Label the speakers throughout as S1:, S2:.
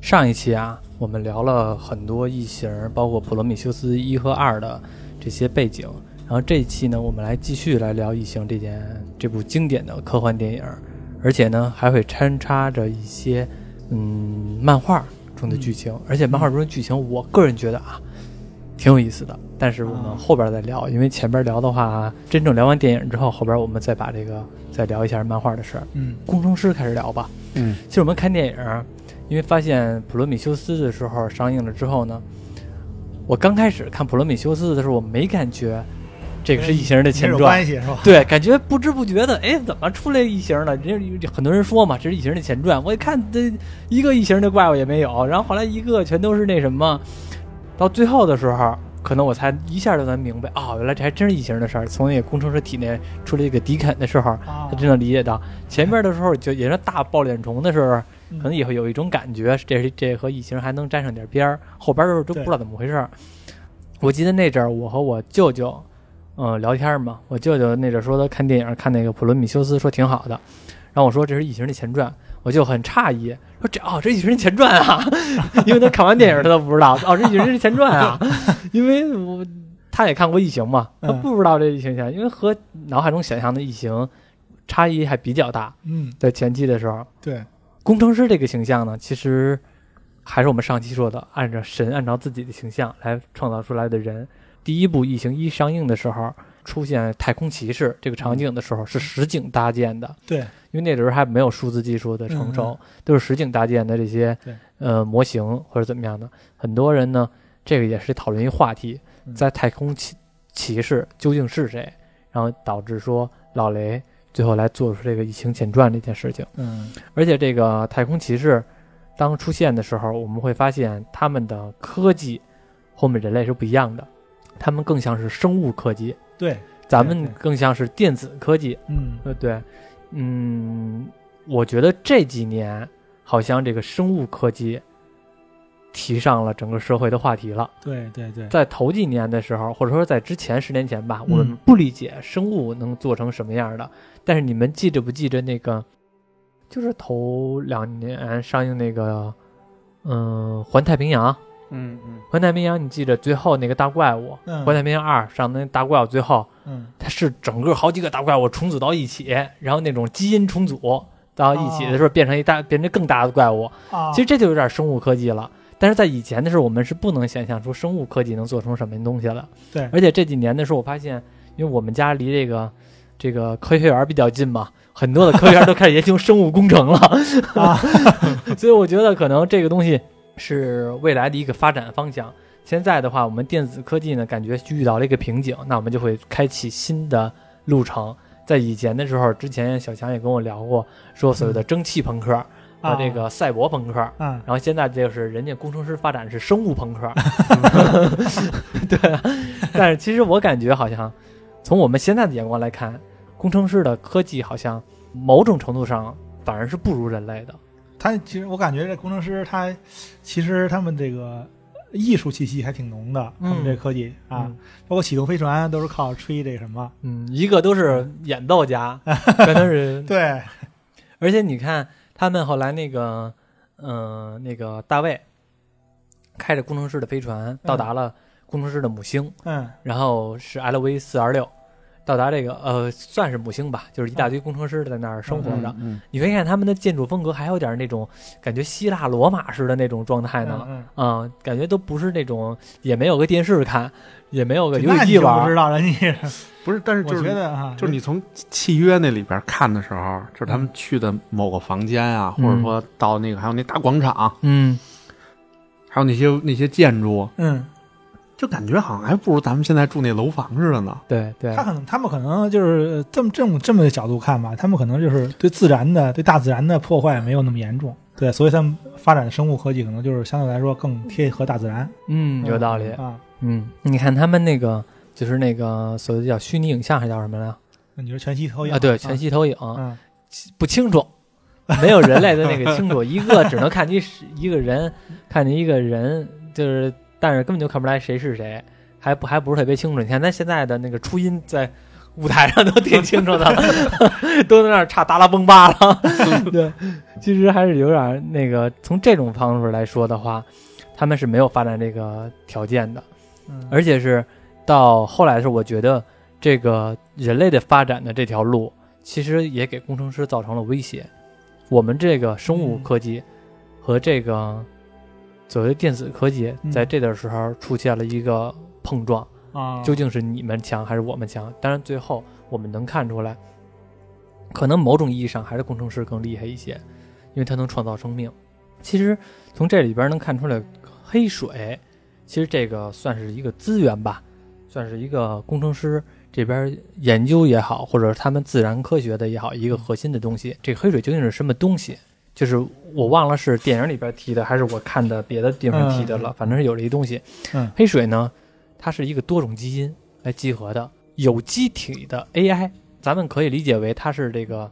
S1: 上一期啊，我们聊了很多异形，包括《普罗米修斯一》和二的这些背景。然后这一期呢，我们来继续来聊《异形》这件这部经典的科幻电影，而且呢还会掺插着一些嗯漫画中的剧情，而且漫画中的剧情，我个人觉得啊挺有意思的。但是我们后边再聊，因为前边聊的话，真正聊完电影之后，后边我们再把这个再聊一下漫画的事儿。
S2: 嗯
S1: 工程师开始聊吧。
S3: 嗯，
S1: 其实我们看电影，因为发现《普罗米修斯》的时候上映了之后呢，我刚开始看《普罗米修斯》的时候，我没感觉这个是异形人的前
S2: 有
S1: 传
S2: 关，系是吧？
S1: 对，感觉不知不觉的，哎，怎么出来异形了？人家很多人说嘛，这是异形人的前传。我一看，这一个异形的怪物也没有，然后后来一个全都是那什么，到最后的时候。可能我才一下就能明白，哦，原来这还真是异形的事儿。从那个工程师体内出来一个迪肯的时候，
S2: 啊
S1: 哦他，真的理解到前边的时候，就也是大爆脸虫的时候，
S2: 嗯
S1: 可能也会有一种感觉，这这和异形还能沾上点边儿。后边儿的时候都不知道怎么回事儿。我记得那阵儿，我和我舅舅，嗯，聊天嘛，我舅舅那阵儿说他看电影，看那个《普罗米修斯》，说挺好的。然后我说这是异形的前传，我就很诧异，说这哦，这异形的前传啊， 因为他看完电影他都不知道，哦，这异形的前传啊， 因为我他也看过异形嘛，他
S2: 嗯
S1: 不知道这异形前，因为和脑海中想象的异形差异还比较大，
S2: 嗯，
S1: 在前期的时候，
S2: 对，
S1: 工程师这个形象呢，其实还是我们上期说的，按照神按照自己的形象来创造出来的人。第一部《异形一》上映的时候，出现太空骑士这个场景的时候，
S2: 嗯
S1: 是实景搭建的。
S2: 对，
S1: 因为那时候还没有数字技术的成熟，
S2: 嗯
S1: 都是实景搭建的这些
S2: 对
S1: 呃模型或者怎么样的。很多人呢，这个也是讨论一话题，
S2: 嗯
S1: 在太空骑骑士究竟是谁，然后导致说老雷最后来做出这个《异形前传》这件事情。
S2: 嗯
S1: 而且这个太空骑士当出现的时候，我们会发现他们的科技和我们人类是不一样的，他们更像是生物科技，
S2: 对，
S1: 咱们
S2: 对
S1: 更像是电子科技。
S2: 嗯
S1: 呃，对，嗯，我觉得这几年好像这个生物科技提上了整个社会的话题了。
S2: 对对对，
S1: 在头几年的时候，或者说在之前十年前吧，
S2: 嗯
S1: 我们不理解生物能做成什么样的。但是你们记着不记着那个，就是头两年上映那个，嗯，《环太平洋》。《
S3: 嗯嗯，
S1: 环太平洋》，你记着最后那个大怪物，
S2: 嗯
S1: 环太平洋二》上的那大怪物最后
S2: 嗯
S1: 它是整个好几个大怪物重组到一起，然后那种基因重组到一起的
S2: 哦
S1: 时候，变成一大变成更大的怪物。
S2: 啊，
S1: 其实这就有点生物科技了。但是在以前的时候，我们是不能想象出生物科技能做成什么东西的。
S2: 对
S1: 而且这几年的时候，我发现，因为我们家离这个这个科学园比较近嘛，很多的科学园都开始研究生物工程了
S2: 啊，
S1: 所以我觉得可能这个东西是未来的一个发展方向。现在的话，我们电子科技呢，感觉遇到了一个瓶颈，那我们就会开启新的路程。在以前的时候，之前小强也跟我聊过，说所谓的蒸汽朋克和
S2: 嗯啊
S1: 这个赛博朋克，
S2: 啊，
S1: 然后现在就是人家工程师发展是生物朋 克，对啊。但是其实我感觉好像，从我们现在的眼光来看，工程师的科技好像某种程度上反而是不如人类的。
S2: 他其实我感觉这工程师他其实他们这个艺术气息还挺浓的，他
S1: 嗯
S2: 们这科技啊，包括启动飞船都是靠吹这什么，
S1: 嗯，一个都是演奏 家，全都 是。
S2: 对，
S1: 而且你看他们后来那个，嗯、那个大卫开着工程师的飞船到达了工程师的母星。
S2: 嗯
S1: 然后是 LV 四二六，到达这个呃算是母星吧，就是一
S2: 嗯
S1: 大堆工程师在那儿生活着。
S3: 嗯
S1: 你会看他们的建筑风格还有点那种感觉希腊罗马式的那种状态呢，
S2: 嗯，
S1: 啊、感觉都不是那种也没有个电视看，也没有个游
S2: 那
S1: 戏
S2: 你
S1: 机
S2: 就不
S1: 玩
S2: 知
S1: 儿。
S2: 道了，你我
S3: 不是，但是就是
S2: 觉得啊，
S3: 就是你从契约那里边看的时候，就是他们去的某个房间啊，或者说到那个还有那大广场，
S1: 嗯，
S3: 还有那些那些建筑，
S2: 嗯，
S3: 就感觉好像还不如咱们现在住那楼房似的呢。
S1: 对对
S2: 他，可能他们可能就是这么这么这么个角度看吧，他们可能就是对自然的对大自然的破坏没有那么严重，对，所以他们发展的生物科技可能就是相对来说更贴合大自然，
S1: 嗯，有道理。
S2: 啊。
S1: 嗯，你看他们那个就是那个所谓的叫虚拟影像，还叫什么来着？
S2: 那你说全息投影
S1: 啊，对，全
S2: 息，
S1: 息投影。
S2: 嗯
S1: 不清楚，没有人类的那个清楚，一个只能看你是一个人， 看见一个人，就是但是根本就看不出来谁是谁，还不还不是特别清楚。你看咱现在的那个初音在舞台上都挺清楚的， 都在那儿唱达拉崩吧了。对，其实还是有点那个，从这种方式来说的话，他们是没有发展这个条件的，
S2: 嗯
S1: 而且是到后来的时候，我觉得这个人类的发展的这条路，其实也给工程师造成了威胁。我们这个生物
S2: 嗯
S1: 科技和这个所谓电子科技，
S2: 嗯
S1: 在这段时候出现了一个碰撞。
S2: 啊，
S1: 究竟是你们强还是我们强？当然，最后我们能看出来，可能某种意义上还是工程师更厉害一些，因为他能创造生命。其实从这里边能看出来，黑水其实这个算是一个资源吧，算是一个工程师这边研究也好，或者是他们自然科学的也好，一个核心的东西。这个黑水究竟是什么东西？就是我忘了是电影里边提的，还是我看的别的地方提的了，反正是有这一东西。
S2: 嗯
S1: 黑水呢，它是一个多种基因来集合的有机体的 AI，咱们可以理解为它是这个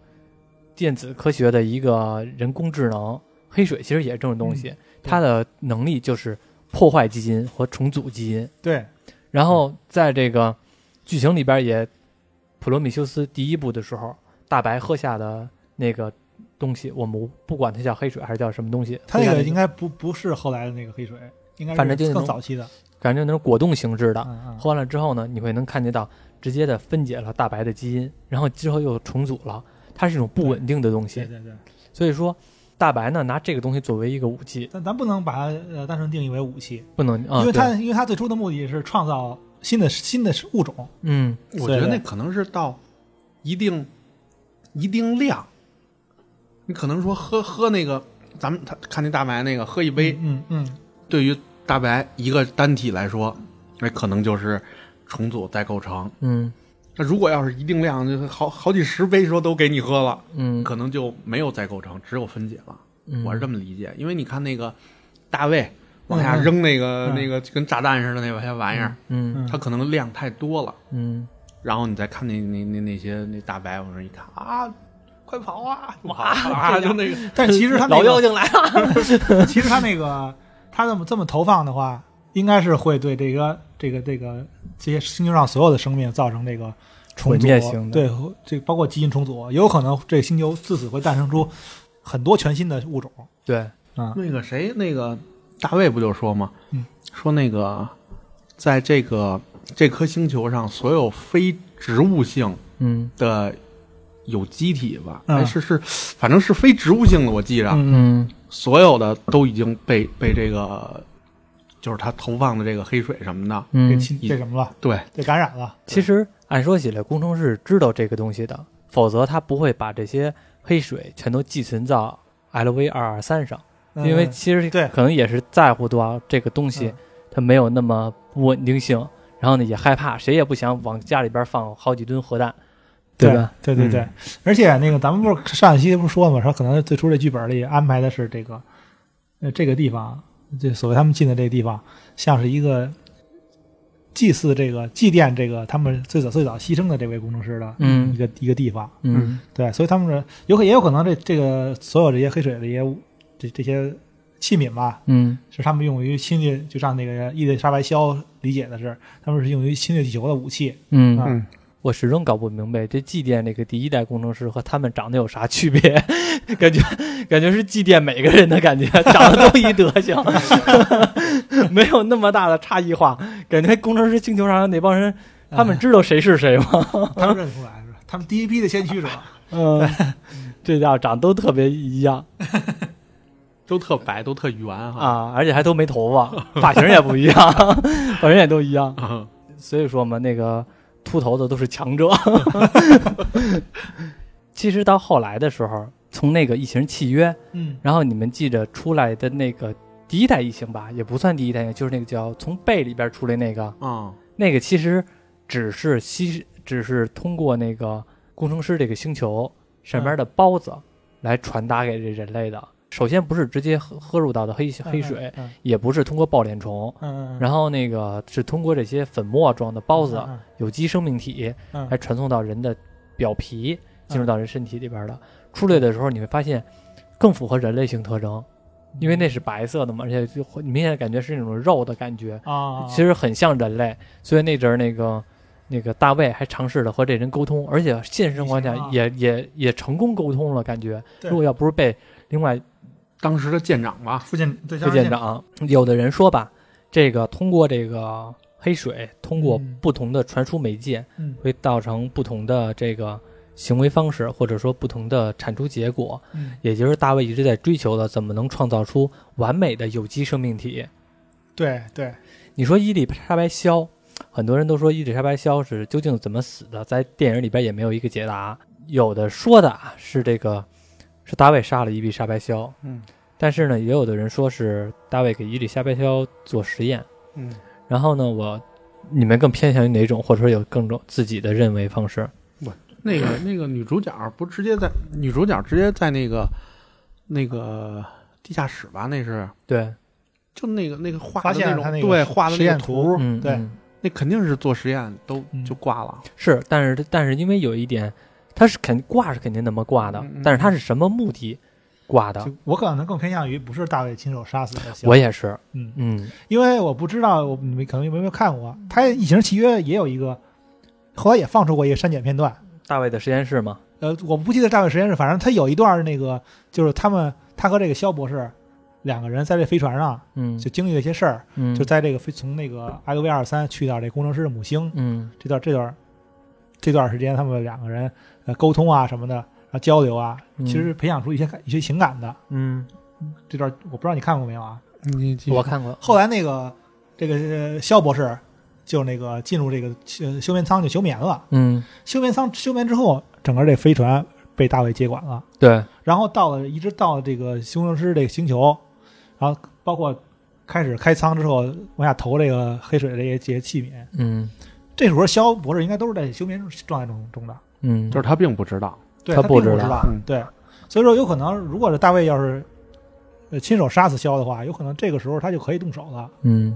S1: 电子科学的一个人工智能。黑水其实也是这种东
S2: 嗯
S1: 西，它的能力就是破坏基因和重组基因。
S2: 对，
S1: 然后在这个剧情里边也，普罗米修斯第一部的时候，大白喝下的那个东西，我们不管它叫黑水还是叫什么东西，
S2: 他那
S1: 喝下
S2: 个应该不不是后来的那个黑水，应该是
S1: 反正就那种
S2: 更早期的，
S1: 感觉那种果冻形式的，
S2: 嗯嗯
S1: 喝完了之后呢，你会能看见到直接的分解了大白的基因，然后之后又重组了，它是一种不稳定的东
S2: 对
S1: 西。
S2: 对对，
S1: 所以说，大白呢拿这个东西作为一个武器，
S2: 但咱不能把它呃单纯定义为武器，
S1: 不能啊，
S2: 因
S1: 对
S2: 为它因为它最初的目的是创造新的新的物种，
S1: 嗯
S3: 我觉得那
S2: 对对
S3: 可能是到一定一定量，你可能说喝喝那个，咱们他看那大白那个喝一杯，
S2: 嗯嗯，
S3: 对于大白一个单体来说，那可能就是重组再构成。
S1: 嗯
S3: 那如果要是一定量，就是好好几十杯的时候都给你喝了，
S1: 嗯，
S3: 可能就没有再构成，只有分解了。
S1: 嗯
S3: 我是这么理解，因为你看那个大卫往下
S2: 嗯嗯
S3: 扔那个、
S2: 嗯
S3: 那个跟炸弹似的那些玩意儿，
S1: 嗯
S2: 嗯
S3: 它可能量太多了。
S1: 嗯
S3: 然后你再看那那那那些那大白往那一看啊，快跑啊！哇
S1: 这
S3: 啊，
S1: 样
S3: 就那个
S2: 但是其实它那
S1: 老妖
S2: 个
S1: 精来了，
S2: 其实它那个它这么这么投放的话，应该是会对这个这个这个这些星球上所有的生命造成这个重
S1: 毁
S2: 组，
S1: 灭性的
S2: 对，这包括基因重组，也有可能这星球自此会诞生出很多全新的物种。
S1: 对，
S3: 那个谁那个大卫不就说吗？
S2: 嗯
S3: 说那个在这个这颗星球上所有非植物性
S1: 嗯
S3: 的有机体吧，
S2: 嗯
S3: 哎是是，反正是非植物性的，我记着、
S2: 嗯
S1: 嗯
S3: 所有的都已经被被这个就是他投放的这个黑水什么的，
S2: 这
S1: 嗯，
S2: 亲这什么了？
S3: 对，
S2: 这感染了，
S1: 其实按说起来，工程师知道这个东西的，否则他不会把这些黑水全都寄存到 LV 二二三上。
S2: 嗯
S1: 因为其实
S2: 对
S1: 可能也是在乎到这个东西
S2: 嗯，
S1: 它没有那么不稳定性，然后呢也害怕，谁也不想往家里边放好几吨核弹，
S2: 对
S1: 吧？？
S2: 对对对，而且那个咱们不是上一期不是说了吗？说可能最初这剧本里安排的是这个，呃，这个地方，这所谓他们进的这个地方，像是一个祭祀这个祭奠这个他们最早最早牺牲的这位工程师的
S1: 嗯
S2: 一个、一个地方。
S1: 嗯
S2: 对，所以他们是有可也有可能这这个所有这些黑水的这些这这些器皿吧，
S1: 嗯
S2: 是他们用于侵略，就像那个伊丽莎白肖理解的是，他们是用于侵略地球的武器。
S1: 嗯
S2: 啊
S1: 我始终搞不明白这祭奠这个第一代工程师和他们长得有啥区别， 感觉感觉是祭奠每个人的感觉，长得都一德行， 没有那么大的差异化，感觉工程师星球上那帮人，他
S2: 嗯
S1: 们知道谁是谁吗？
S2: 他们认出来是吧？他们第一批的先驱者。
S1: 嗯， 这家伙长得都特别一样。
S3: 都特白，都特圆哈。
S1: 啊，而且还都没头发，发型也不一样， 发型也都一样。
S3: 啊
S1: 所以说嘛，那个秃头的都是强者。 其实到后来的时候，从那个异形契约，
S2: 嗯
S1: 然后你们记着出来的那个第一代异形吧，也不算第一代，就是那个叫从背里边出来那个，
S3: 嗯
S1: 那个其实只是吸，只是通过那个工程师这个星球上边的孢子来传达给这人类的。首先不是直接喝喝入到的黑黑水，，
S2: 嗯
S1: 也不是通过抱脸虫，
S2: 嗯，
S1: 然后那个是通过这些粉末状的孢子、
S2: 嗯
S1: 有机生命体
S2: 嗯
S1: 来传送到人的表皮，进入到人身体里边的。出来的时候你会发现更符合人类性特
S2: 嗯
S1: 征，因为那是白色的嘛，而且就会明显感觉是那种肉的感觉，
S2: 啊，
S1: 其实很像人类。所以那阵儿那个那个大卫还尝试着和这人沟通，而且现实生活下
S2: 已经啊
S1: 也也也成功沟通了，感觉
S2: 对
S1: 如果要不是被另外
S3: 当时的舰长吧，
S2: 副舰对
S1: 副舰，长，有的人说吧，这个通过这个黑水，通过
S2: 嗯
S1: 不同的传输媒介，
S2: 嗯
S1: 会造成不同的这个行为方式，或者说不同的产出结果。
S2: 嗯
S1: 也就是大卫一直在追求的，怎么能创造出完美的有机生命体？
S2: 对对，
S1: 你说伊丽莎白肖，很多人都说伊丽莎白肖是究竟怎么死的，在电影里边也没有一个解答。有的说的啊是这个是大卫杀了伊丽莎白肖，
S3: 嗯
S1: 但是呢，也有的人说是大卫给伊丽莎白肖做实验。
S3: 嗯，
S1: 然后呢，我你们更偏向于哪种，或者说有更种自己的认为方式？
S3: 那个那个女主角不直接在女主角直接在那个那个地下室吧？那是
S1: 对，
S3: 就那个那个画
S2: 发
S3: 的
S2: 现
S3: 种
S2: 他那个
S3: 对画的
S2: 实
S3: 那个
S2: 验
S3: 图，
S1: 嗯，
S2: 对
S1: 嗯
S3: 那肯定是做实验都
S2: 嗯
S3: 就挂了。
S1: 是，但是但是因为有一点，它是肯挂是肯定那么挂的，
S3: 嗯嗯
S1: 但是它是什么目的挂的？
S2: 就我可能更偏向于不是大卫亲手杀死的肖，
S1: 我也是，
S2: 嗯，
S1: 嗯，
S2: 因为我不知道我你们可能有没有看过，他《异形契约》也有一个，后来也放出过一个删减片段，
S1: 大卫的实验室嘛，
S2: 呃，我不记得大概时间是，反正他有一段那个，就是他们他和这个肖博士两个人在这飞船上
S1: 嗯，
S2: 就经历了一些事儿，
S1: 嗯
S2: 就在这个飞从那个 XV 二三去到这工程师的母星
S1: 嗯
S2: 这段这段这段时间，他们两个人呃沟通啊什么的，然后交流啊，
S1: 嗯
S2: 其实培养出一些感一些情感的。
S1: 嗯，
S2: 这段我不知道你看过没有啊？
S3: 你继续
S1: 我看过，
S2: 后来那个这个呃肖博士就那个进入这个呃休眠舱就休眠了，
S1: 嗯，
S2: 休眠舱休眠之后，整个这飞船被大卫接管了。
S1: 对，
S2: 然后到了一直到了这个修正师这个星球，然后包括开始开舱之后往下投这个黑水的这些这些器皿，
S1: 嗯
S2: 这时候肖博士应该都是在休眠状态中中的，
S1: 嗯，
S3: 就是他并不知道，
S2: 对
S1: 他
S2: 他
S1: 不
S2: 并
S1: 知
S2: 不
S1: 道
S2: 知道，
S3: 嗯
S2: 对，所以说有可能如果是大卫要是呃亲手杀死肖的话，有可能这个时候他就可以动手了，
S1: 嗯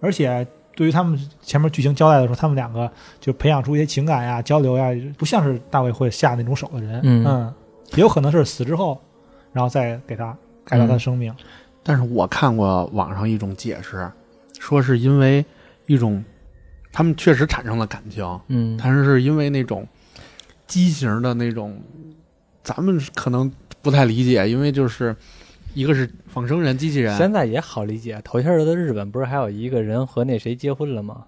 S2: 而且。对于他们前面剧情交代的时候，他们两个就培养出一些情感呀、交流呀，不像是大卫会下那种手的人。
S1: 嗯
S2: 也有可能是死之后，然后再给他改造他的生命。
S1: 嗯
S3: 但是我看过网上一种解释，说是因为一种他们确实产生了感情，
S1: 嗯，
S3: 但是是因为那种畸形的那种，咱们可能不太理解，因为就是一个是仿生人机器人，
S1: 现在也好理解。头些日子日本不是还有一个人和那谁结婚了 吗？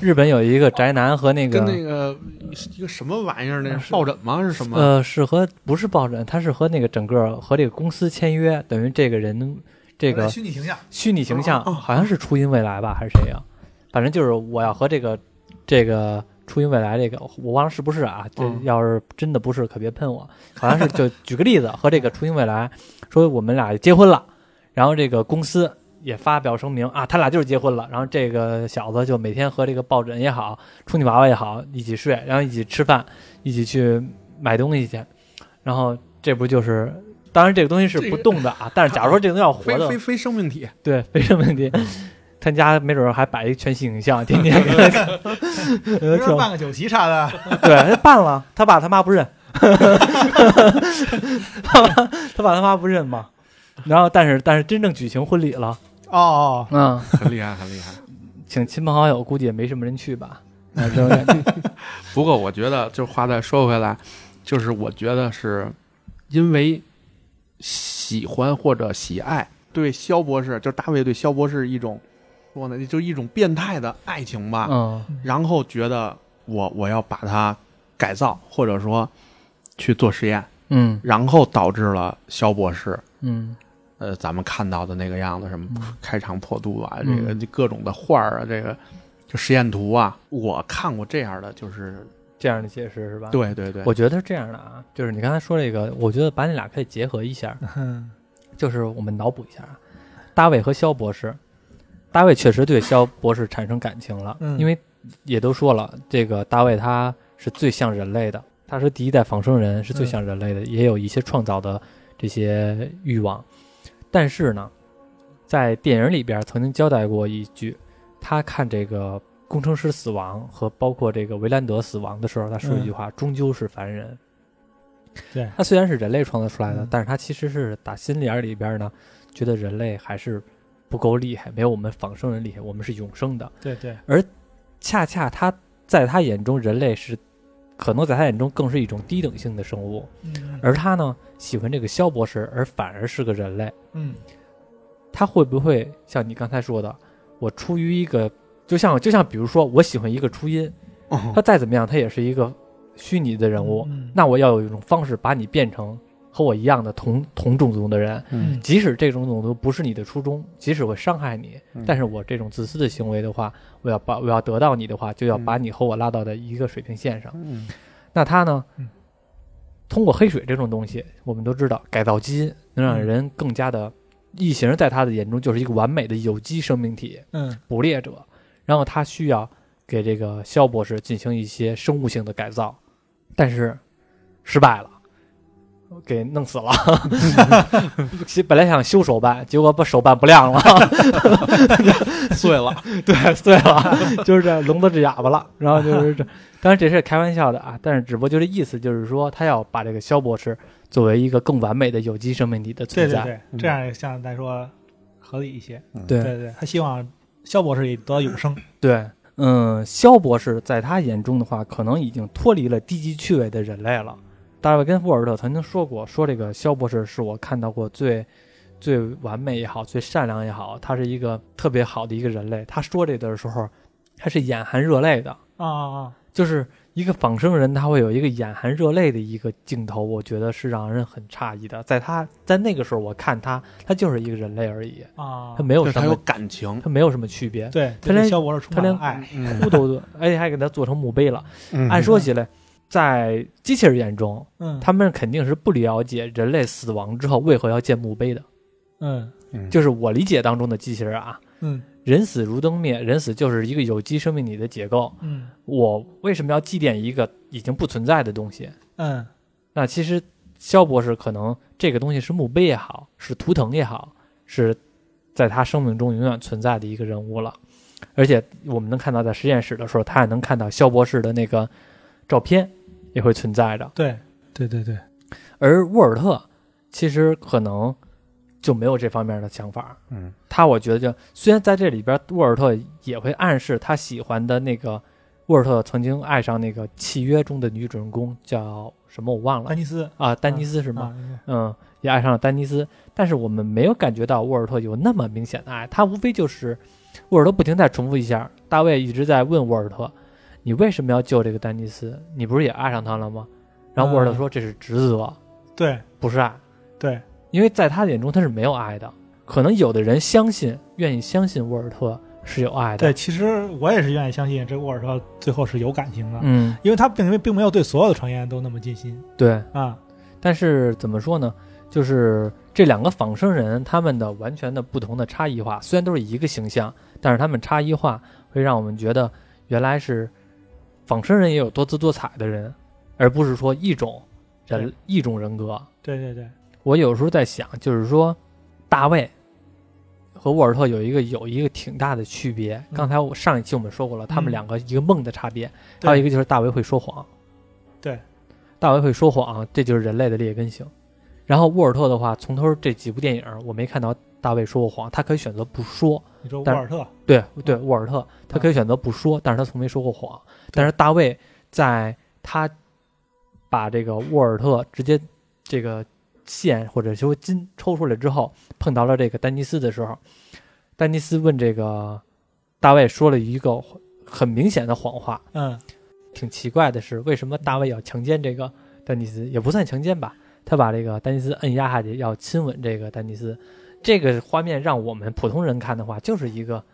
S1: 日本有一个宅男和那个
S3: 跟那个一个什么玩意儿那是抱枕吗？是什么？
S1: 呃，是和不是抱枕，他是和那个整个和这个公司签约，等于这个人这个
S2: 虚拟形象，
S1: 虚拟形象
S3: 哦哦哦
S1: 好像是初音未来吧，还是谁呀、反正就是我要和这个这个初音未来这个，我忘了是不是啊？这
S3: 嗯
S1: 要是真的不是，可别喷我。好像是就举个例子，和这个初音未来说我们俩结婚了，然后这个公司也发表声明啊，他俩就是结婚了。然后这个小子就每天和这个抱枕也好，充气娃娃也好一起睡，然后一起吃饭，一起去买东西去。然后这不就是？当然，这个东西是
S3: 这
S1: 不
S3: 个
S1: 动的啊。但是，假如说这个东西要活
S3: 非
S1: 的，
S3: 非非生命体，
S1: 对，没什么问 题。他家没准儿还摆一全息影像，天 天给他看
S2: 有
S1: 呃挺
S2: 点办个酒席啥的，
S1: 对，他办了，他爸他妈不认，他爸他爸他妈不认嘛。然后，但是但是真正举行婚礼了，
S2: 哦哦，
S1: 嗯，
S3: 很厉害，很厉害。
S1: 请亲朋好友，估计也没什么人去 吧。啊这种感觉
S3: 不过我觉得，就话再说回来，就是我觉得是因为喜欢或者喜爱对肖博士，就是大卫对肖博士一种说呢，就一种变态的爱情吧。
S1: 嗯
S3: 然后觉得我我要把它改造，或者说去做实验，
S1: 嗯
S3: 然后导致了肖博士。
S1: 嗯
S3: 呃，咱们看到的那个样子，什么
S1: 嗯
S3: 开肠破肚啊，
S1: 嗯
S3: 这个各种的画儿啊，这个就实验图啊，我看过这样的，就是
S1: 这样的解释是吧？，
S3: 对对对，
S1: 我觉得是这样的啊，就是你刚才说这个，我觉得把你俩可以结合一下，
S2: 嗯
S1: 就是我们脑补一下啊，大卫和肖博士，大卫确实对肖博士产生感情了，
S2: 嗯
S1: 因为也都说了，这个大卫他是最像人类的，他是第一代仿生人，是最像人类的，也有一些创造的这些欲望。但是呢，在电影里边曾经交代过一句，他看这个工程师死亡和包括这个维兰德死亡的时候，他说一句话：“终究是凡人。”
S2: 对
S1: 他虽然是人类创造出来的，
S2: 嗯
S1: 但是他其实是打心里眼里边呢，觉得人类还是不够厉害，没有我们仿生人厉害，我们是永生的。
S2: 对对，
S1: 恰恰他在他眼中，人类是可能在他眼中更是一种低等性的生物，
S2: 嗯
S1: 而他呢喜欢这个肖博士，而反而是个人类。
S2: 嗯
S1: 他会不会像你刚才说的，我出于一个，就像就像比如说，我喜欢一个初音，他再怎么样，他也是一个虚拟的人物，
S2: 嗯
S1: 那我要有一种方式把你变成和我一样的同同种族的人，
S3: 嗯
S1: 即使这种种族不是你的初衷，即使会伤害你
S3: 嗯，
S1: 但是我这种自私的行为的话，我要把我要得到你的话，就要把你和我拉到的一个水平线上。
S3: 嗯
S1: 那他呢
S2: 嗯？
S1: 通过黑水这种东西，我们都知道，改造基因能让人更加的异形，在他的眼中就是一个完美的有机生命体
S2: 嗯
S1: 捕猎者。然后他需要给这个肖博士进行一些生物性的改造，但是失败了，给弄死了。 本来想修手办，结果把手办不亮 了，
S3: 碎了，
S1: 对，碎了， 就是这聋子治哑巴了。然后就是 这，当然这是开玩笑的啊，但是只不过就这意思，就是说他要把这个肖博士作为一个更完美的有机生命体的存
S2: 对对
S1: 在。
S2: 对，这样也相对来说合理一些。
S1: 对
S2: 对对，他希望肖博士也得到永生。
S1: 对嗯，肖博士在他眼中的话，可能已经脱离了低级趣味的人类了。大卫跟沃尔特曾经说过，说这个肖博士是我看到过最最完美也好，最善良也好，他是一个特别好的一个人类。他说这的时候，他是眼含热泪的。
S2: 啊啊啊！
S1: 就是一个仿生人，他会有一个眼含热泪的一个镜头，我觉得是让人很诧异的。在他在那个时候，我看他，他就是一个人类而已，
S2: 啊，
S1: 他没有
S3: 就是
S1: 什
S3: 他有
S1: 么，
S3: 感情，
S1: 他没有什么区别，
S2: 对，
S1: 他
S2: 对
S1: 连
S2: 肖博士充满了爱。
S3: 嗯
S1: 哭都，而且哎还给他做成墓碑了。按说起来，在机器人眼中，
S2: 嗯，
S1: 他们肯定是不了解人类死亡之后为何要建墓碑的。
S2: 嗯
S1: 就是我理解当中的机器人啊，
S2: 嗯
S1: 人死如灯灭，人死就是一个有机生命体的结构。
S2: 嗯
S1: 我为什么要祭奠一个已经不存在的东西？
S2: 嗯
S1: 那其实肖博士可能这个东西是墓碑也好，是图腾也好，是在他生命中永远存在的一个人物了。而且我们能看到，在实验室的时候，他也能看到肖博士的那个照片也会存在着。
S2: 对对对对，
S1: 而沃尔特其实可能就没有这方面的想法。
S3: 嗯
S1: 他我觉得就虽然在这里边，沃尔特也会暗示他喜欢的那个沃尔特曾经爱上那个契约中的女主人公叫什么我忘了
S2: 丹尼斯
S1: 啊，丹尼斯是
S2: 是
S1: 吗？？
S2: 啊
S1: 嗯，也爱上了丹尼斯，但是我们没有感觉到沃尔特有那么明显的爱，他无非就是沃尔特不停在重复一下，大卫一直在问沃尔特，你为什么要救这个丹尼斯？你不是也爱上他了吗？然后沃尔
S2: 嗯
S1: 特说这是职责，
S2: 对
S1: 不是爱，
S2: 对，
S1: 因为在他的眼中他是没有爱的。可能有的人相信，愿意相信沃尔特是有爱的，
S2: 对，其实我也是愿意相信这沃尔特最后是有感情的，
S1: 嗯，
S2: 因为他并并没有对所有的传言都那么尽心
S1: 对。
S2: 啊。
S1: 但是怎么说呢？就是这两个仿生人，他们的完全的不同的差异化，虽然都是一个形象，但是他们差异化会让我们觉得，原来是仿生人也有多姿多彩的人，而不是说一种人
S2: 对
S1: 一种人格。
S2: 对对对，
S1: 我有时候在想，就是说，大卫和沃尔特有一个有一个挺大的区别。
S2: 嗯
S1: 刚才我上一期我们说过了，他们
S2: 嗯
S1: 两个一个梦的差别，
S2: 对
S1: 还有一个就是大为会说谎。
S2: 对，
S1: 大为会说谎，这就是人类的劣根性。然后沃尔特的话，从头这几部电影我没看到大卫说过谎，他可以选择不说。
S2: 你说沃
S1: 但
S2: 尔特，
S1: 对对，沃尔特他可以选择不说，但是他从没说过谎。但是大卫在他把这个沃尔特直接这个线或者说筋抽出来之后，碰到了这个丹尼斯的时候，丹尼斯问这个大卫说了一个很明显的谎话，
S2: 嗯
S1: 挺奇怪的是，为什么大卫要强奸这个丹尼斯？也不算强奸吧，他把这个丹尼斯摁压下去，要亲吻这个丹尼斯。这个画面让我们普通人看的话，就是一个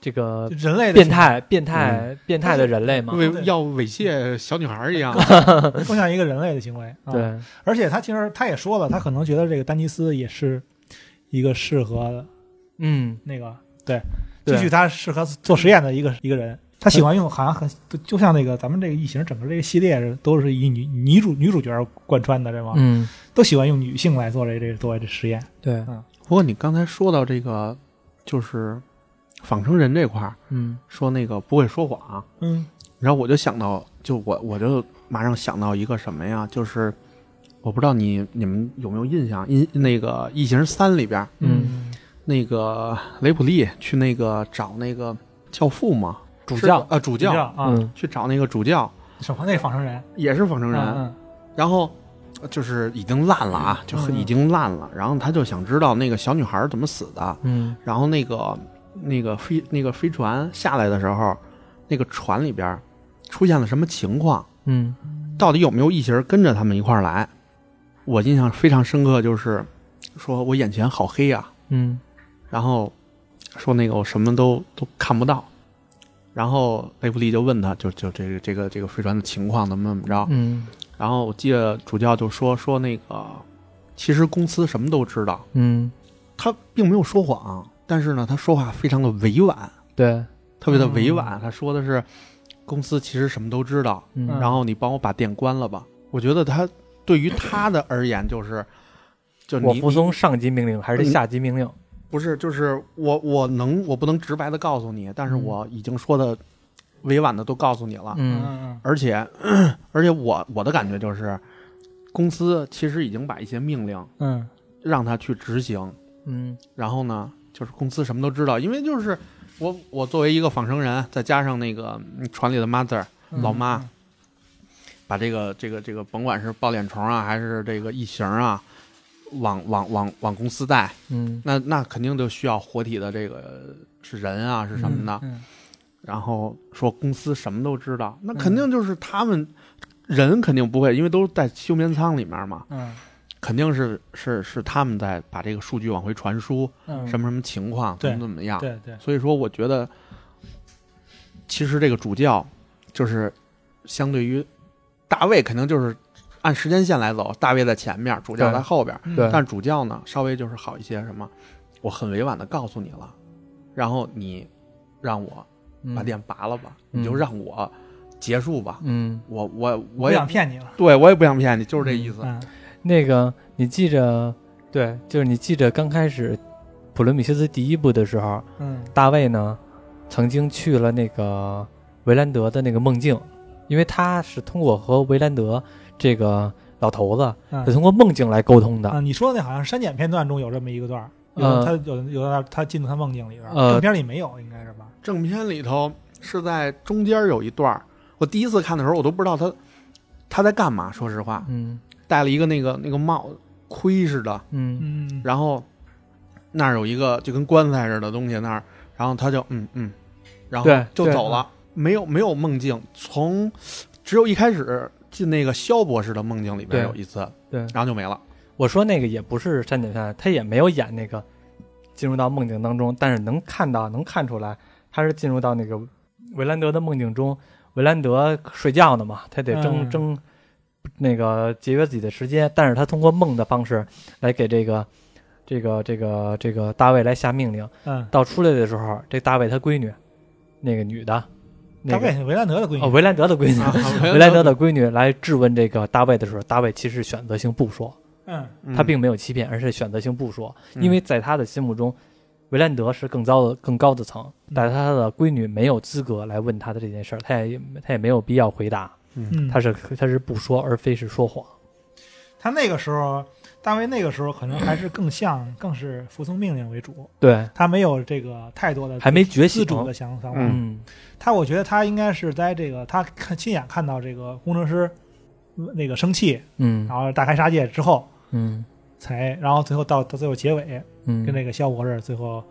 S1: 这个
S2: 就人类的
S1: 呃变，态、变态、变态的人类嘛。
S3: 为要猥亵小女孩一样，
S2: 更像一个人类的行为。啊、，
S1: 对，
S2: 而且他其实他也说了，他可能觉得这个丹尼斯也是一个适合
S1: 嗯，
S2: 那个对，
S1: 对
S2: 继续他适合做实验的一个一个人。他喜欢用，好像很就就像那个咱们这个异形整个这个系列是都是以女女主女主角贯穿的，对吗？
S1: 嗯，
S2: 都喜欢用女性来做这这做这实验。
S1: 对，
S3: 不过你刚才说到这个，就是仿生人这块儿，
S1: 嗯
S3: 说那个不会说谎，
S2: 嗯
S3: 然后我就想到，就我我就马上想到一个什么呀，就是我不知道你你们有没有印象，印那个《异形三》里边，
S1: 嗯
S3: 那个雷普利去那个找那个教父嘛，
S2: 主
S3: 是
S2: 教
S3: 呃主
S2: 主
S3: 教
S2: 啊，
S1: 嗯
S3: 去找那个主教，
S2: 什么那仿生人，
S3: 也是仿生人，
S2: 嗯
S3: 然后呃就是已经烂了啊，就很
S2: 嗯
S3: 已经烂了。然后他就想知道那个小女孩怎么死的。
S1: 嗯
S3: 然后那个那个飞那个飞船下来的时候，那个船里边出现了什么情况？
S1: 嗯
S3: 到底有没有一行跟着他们一块儿来？我印象非常深刻，就是说我眼前好黑啊，
S1: 嗯
S3: 然后说那个我什么都都看不到。然后贝弗利就问他，就就这个这个这个飞船的情况怎么怎么着？
S1: 嗯
S3: 然后我记得主教就说说那个，其实公司什么都知道，
S1: 嗯，
S3: 他并没有说谎，但是呢，他说话非常的委婉，
S1: 对，
S3: 特
S1: 嗯
S3: 别的委婉。他说的是，公司其实什么都知道，
S1: 嗯
S2: 嗯
S3: 然后你帮我把店关了吧。我觉得他对于他的而言就是，就
S1: 我
S3: 你
S1: 服从上级命令还是
S3: 你
S1: 下级命令？
S3: 不是就是我我能我不能直白的告诉你，但是我已经说的委婉的都告诉你了，
S2: 嗯
S1: 嗯
S2: 嗯
S3: 而且而且我我的感觉就是，公司其实已经把一些命令。
S2: 嗯
S3: 让他去执行。
S1: 嗯
S3: 然后呢，就是公司什么都知道，因为就是我我作为一个仿生人，再加上那个嗯船里的 mother
S2: 嗯，
S3: 老妈，把这个这个这个，甭管是抱脸虫啊，还是这个异形啊，往往往往公司带，
S1: 嗯
S3: 那那肯定就需要活体的这个是人啊，是什么的。
S2: 嗯？嗯
S3: 然后说公司什么都知道，那肯定就是他们。人肯定不会，因为都是在休眠舱里面嘛，
S2: 嗯
S3: 肯定是是是他们在把这个数据往回传输，
S2: 嗯，
S3: 什么什么情况，怎
S2: 对
S3: 么怎么样。
S2: 对对，
S3: 所以说，我觉得其实这个主教就是相对于大卫，肯定就是按时间线来走，大卫在前面，主教
S1: 对
S3: 在后边。
S2: 嗯
S1: 对
S3: 但主教呢，稍微就是好一些。什么，我很委婉的告诉你了，然后你让我把
S1: 嗯
S3: 店拔了吧，
S1: 嗯
S3: 你就让我结束吧。
S1: 嗯，
S3: 我我我
S2: 我
S3: 也
S2: 想骗你了，
S3: 对我也不想骗你，就是这意思。
S2: 嗯
S1: 那个你记着，对，就是你记着刚开始普罗米修斯第一部的时候，
S2: 嗯
S1: 大卫呢曾经去了那个维兰德的那个梦境，因为他是通过和维兰德这个老头子是
S2: 嗯
S1: 通过梦境来沟通的。
S2: 啊，你说的那好像删减片段中有这么一个段儿，有
S1: 呃
S2: 他有有的他进到他梦境里边儿，
S1: 呃
S2: 正片里没有，应该是吧？
S3: 正片里头是在中间有一段儿，我第一次看的时候我都不知道他他在干嘛。说实话，
S1: 嗯
S3: 戴了一个那个那个帽子，盔似的，
S1: 嗯
S2: 嗯，
S3: 然后那儿有一个就跟棺材似的东西那儿，然后他就嗯嗯，然后
S1: 对
S3: 就
S1: 对
S3: 走了，没有没有梦境，从只有一开始进那个肖博士的梦境里边
S1: 对
S3: 有一次，
S1: 对
S3: 然后就没 了。
S1: 我说那个也不是删减下来，他也没有演那个进入到梦境当中，但是能看到能看出来，他是进入到那个维兰德的梦境中。维兰德睡觉呢嘛，他得争、
S2: 嗯
S1: 争那个节约自己的时间，但是他通过梦的方式来给这个这个这个这个大卫来下命令。
S2: 嗯，
S1: 到出来的时候，这大卫他闺女，那个女的，那
S2: 大
S1: 个
S2: 卫维兰德的闺
S1: 哦
S2: 女，
S1: 维兰德的闺女， 维
S3: 回
S1: 兰德的闺女来质问这个大卫的时候，大卫其实选择性不说，
S2: 嗯
S1: 他并没有欺骗，而是选择性不说，
S3: 嗯
S1: 因为在他的心目中，维兰德是更高的更高的层，
S2: 嗯
S1: 但是他的闺女没有资格来问他的这件事儿，他也他也没有必要回答，
S2: 嗯，
S1: 他是他是不说，而非是说谎。
S2: 他那个时候，大卫那个时候可能还是更像，更是服从命令为主，
S1: 对，
S2: 他没有这个太多的
S1: 还没觉醒
S2: 自。主的想法。
S3: 嗯
S1: 嗯
S2: 他我觉得他应该是在这个他看亲眼看到这个工程师嗯那个生气，
S1: 嗯
S2: 然后大开杀戒之后，
S1: 嗯
S2: 才然后最后到到最后结尾
S1: 嗯，
S2: 跟那个肖博士最后。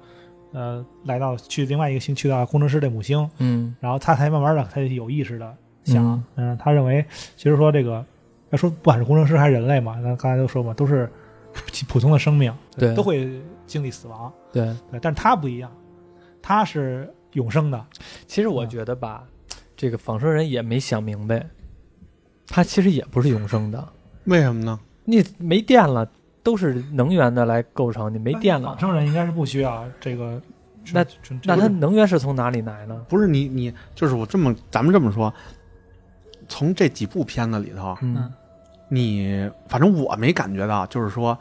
S2: 呃，来到去另外一个星，去到工程师这母星，
S1: 嗯
S2: 然后他才慢慢的，他就有意识的想，
S1: 嗯
S2: 嗯，他认为其实说这个，要说不管是工程师还是人类嘛，那刚才都说嘛，都是普通的生命，
S1: 嗯对
S2: 都会经历死亡，
S1: 对，
S2: 对，但是他不一样，他是永生的，
S1: 其实我觉得吧，这个仿生人也没想明白，他其实也不是永生的，
S3: 为什么呢？
S1: 你没电了。都是能源的来构成，你没电了
S2: 仿，生人应该是不需要这个纯，
S1: 那
S2: 纯
S1: 那它
S2: 纯
S1: 能源是从哪里来呢？
S3: 不是你你就是我这么咱们这么说，从这几部片子里头，
S1: 嗯
S2: 嗯
S3: 你反正我没感觉到，就是说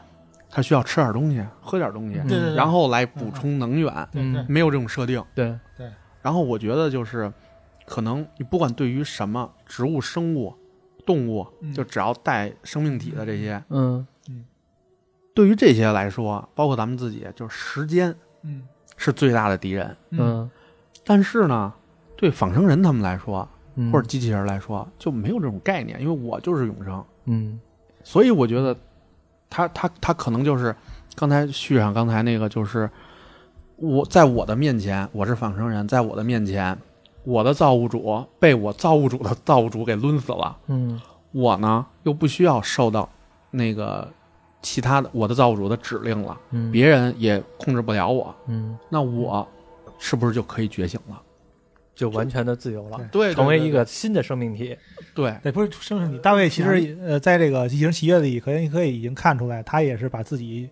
S3: 他需要吃点东西，喝点东西，
S1: 嗯
S2: 对对对，
S3: 然后来补充能源，
S2: 对对
S1: 嗯
S3: 没有这种设定。
S1: 对，
S3: 然后我觉得就是，可能你不管对于什么植物、生物、动物，
S2: 嗯
S3: 就只要带生命体的这些，
S1: 嗯
S3: 对于这些来说，包括咱们自己，就是时间
S2: 嗯
S3: 是最大的敌人。
S1: 嗯
S3: 但是呢，对仿生人他们来说，
S1: 嗯
S3: 或者机器人来说，就没有这种概念，因为我就是永生，
S1: 嗯
S3: 所以我觉得他他他可能就是刚才续上刚才那个，就是我在我的面前我是仿生人，在我的面前，我的造物主被我造物主的造物主给抡死了，
S1: 嗯
S3: 我呢又不需要受到那个其他的我的造物主的指令了，
S1: 嗯，
S3: 别人也控制不了我，
S1: 嗯，
S3: 那我是不是就可以觉醒了？
S1: 就完全的自由了，
S3: 对
S1: 成为一个新的生命体。
S3: 对
S2: 对，不是生生你大卫其实呃，在这个《异形契约》里，可以可以已经看出来，他也是把自己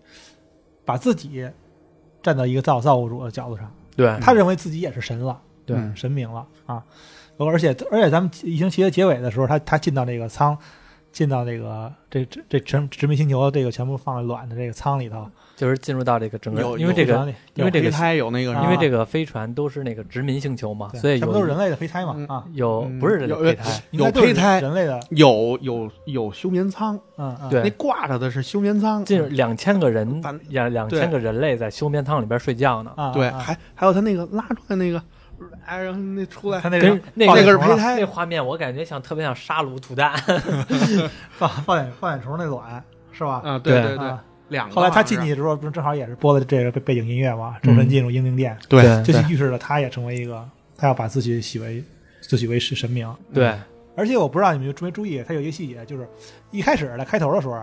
S2: 把自己站到一个造造物主的角度上，
S1: 对
S2: 他认为自己也是神了，
S1: 对
S3: 嗯
S2: 神明了啊。而且而且咱们《异形契约》结尾的时候，他他进到这个舱，进到这个这这这殖殖民星球这个全部放在卵的这个舱里头，
S1: 就是进入到这个整
S3: 有
S1: 个，因为这
S2: 有
S1: 个
S2: 船里
S1: 因为这个
S3: 有胚胎有那个什么，
S1: 因为这
S2: 个
S1: 个飞船都是那个殖民星球嘛，
S2: 对
S1: 所以
S2: 他们都
S1: 有哎
S2: 是人类的胚胎嘛
S3: 嗯
S2: 啊，
S1: 有
S3: 嗯
S1: 不是人类
S3: 有
S1: 胚胎，
S2: 应该
S3: 有
S2: 都是
S3: 胚胎，
S2: 人类的，
S3: 有有有休眠舱，
S2: 嗯嗯，
S1: 对
S3: 那挂着的是休眠舱，
S1: 近两千个人
S3: 反
S1: 两两千个人类在休眠舱里边睡觉呢，
S2: 啊，
S3: 对，
S2: 啊
S3: 还还有他那个拉出来那个，哎，然后那出来
S2: 他那
S1: 跟
S2: 个
S1: 那
S3: 那个是
S2: 放
S3: 胚
S2: 眼虫啊
S3: 胎
S1: 那，画面我感觉像特别像杀戮涂炭，
S2: 放放眼放眼虫那卵是吧？
S3: 啊，
S1: 嗯对
S3: 对对
S2: 啊，
S3: 两个
S2: 后来他
S3: 好像是
S2: 进去的时候，不是正好也是播的这个背背景音乐嘛？众神进入英灵殿，
S3: 对
S1: 嗯对
S2: 这就预示着他也成为一个，他要把自己洗为自己为是神明。
S1: 对，
S2: 而且我不知道你们有没有注意，他有一个细节，就是一开始在开头的时候，